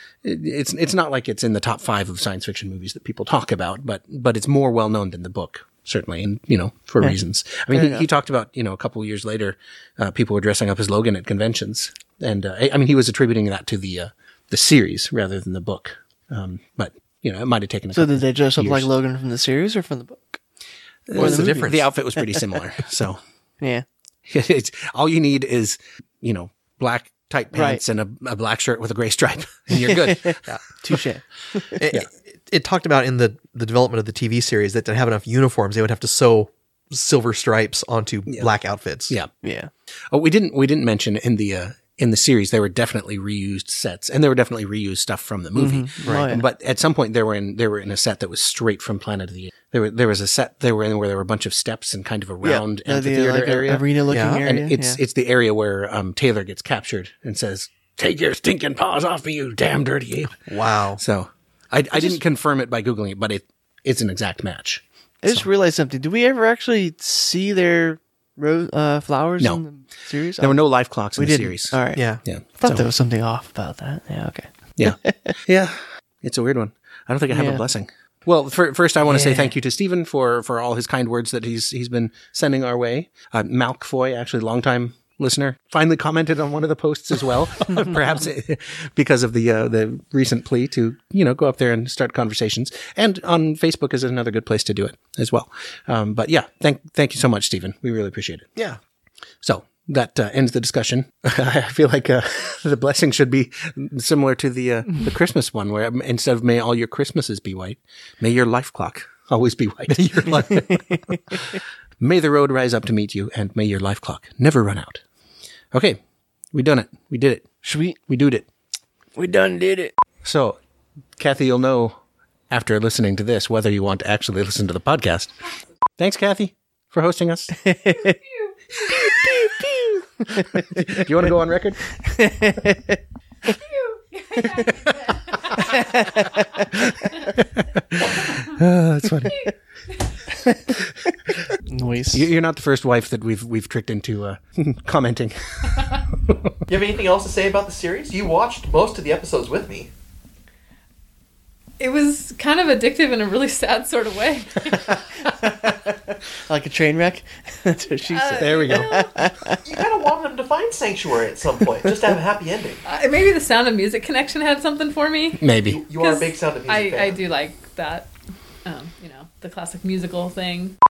C: it's it's not like it's in the top five of science fiction movies that people talk about, but but it's more well known than the book certainly, and you know for reasons. I mean, he, he talked about you know a couple of years later, uh, people were dressing up as Logan at conventions, and uh, I, I mean he was attributing that to the uh, the series rather than the book. Um, but you know it might have taken a
D: So
C: couple
D: did they dress up
C: years.
D: like Logan from the series or from the book?
E: What's the
C: movie.
E: difference?
C: The outfit was pretty similar, so.
D: Yeah.
C: it's all you need is you know black tight pants
D: Right.
C: and a, a black shirt with a gray stripe and you're good
D: Touche.
E: It, it, it talked about in the, the development of the TV series that to have enough uniforms, they would have to sew silver stripes onto black outfits.
C: yeah
D: yeah.
C: oh we didn't we didn't mention in the uh in the series there were definitely reused sets and there were definitely reused stuff from the movie
D: Right. Oh, yeah.
C: but at some point they were in they were in a set that was straight from planet of the apes there, were, there was a set they were in where there were a bunch of steps and kind of a round
D: The, the,
C: amphitheater
D: like,
C: area
D: arena looking
E: Yeah,
D: area.
C: and it's
D: yeah.
C: it's the area where um, taylor gets captured and says take your stinking paws off me you damn dirty ape
E: Wow.
C: So I, I didn't confirm it by Googling it, but it, it's an exact match.
D: I just realized something. Did we ever actually see their ro- uh, flowers
C: No.
D: in the series?
C: There were no life clocks in
D: we
C: the
D: did
C: series.
D: All right.
E: Yeah.
C: Yeah.
D: I thought
C: So,
D: there was something off about that. Yeah. Okay.
C: yeah. yeah. It's a weird one. I don't think I have
D: Yeah.
C: a blessing. Well, fir- first I want to say thank you to Stephen for, for all his kind words that he's he's been sending our way. Uh, Malfoy, actually longtime listener, finally commented on one of the posts as well, perhaps because of the uh, the recent plea to you know go up there and start conversations. And on Facebook is another good place to do it as well. Um, but yeah, thank thank you so much, Stephen. We really appreciate it.
E: Yeah.
C: So that uh, ends the discussion. I feel like uh, the blessing should be similar to the uh, the Christmas one, where um, instead of "May all your Christmases be white," "May your life clock always be white." May, the road rise up to meet you, and may your life clock never run out. Okay, we done it. We did it.
D: Should we?
C: We doed it.
D: We done did it.
C: So, Kathy, you'll know after listening to this whether you want to actually listen to the podcast. Thanks, Kathy, for hosting us. Do you want to go on record? Oh, that's funny.
D: Noise.
C: You- You're not the first wife that we've we've tricked into uh, commenting.
E: You have anything else to say about the series? You watched most of the episodes with me.
F: It was kind of addictive in a really sad sort of way.
D: like a train wreck. That's what she said.
C: There we go.
E: You kind of wanted them to find sanctuary at some point, just to have a happy ending.
F: Uh, maybe the Sound of Music connection had something for me.
C: Maybe.
E: You are a
F: 'Cause
E: big sound of music
F: I,
E: fan.
F: I do like that, um, you know, the classic musical thing.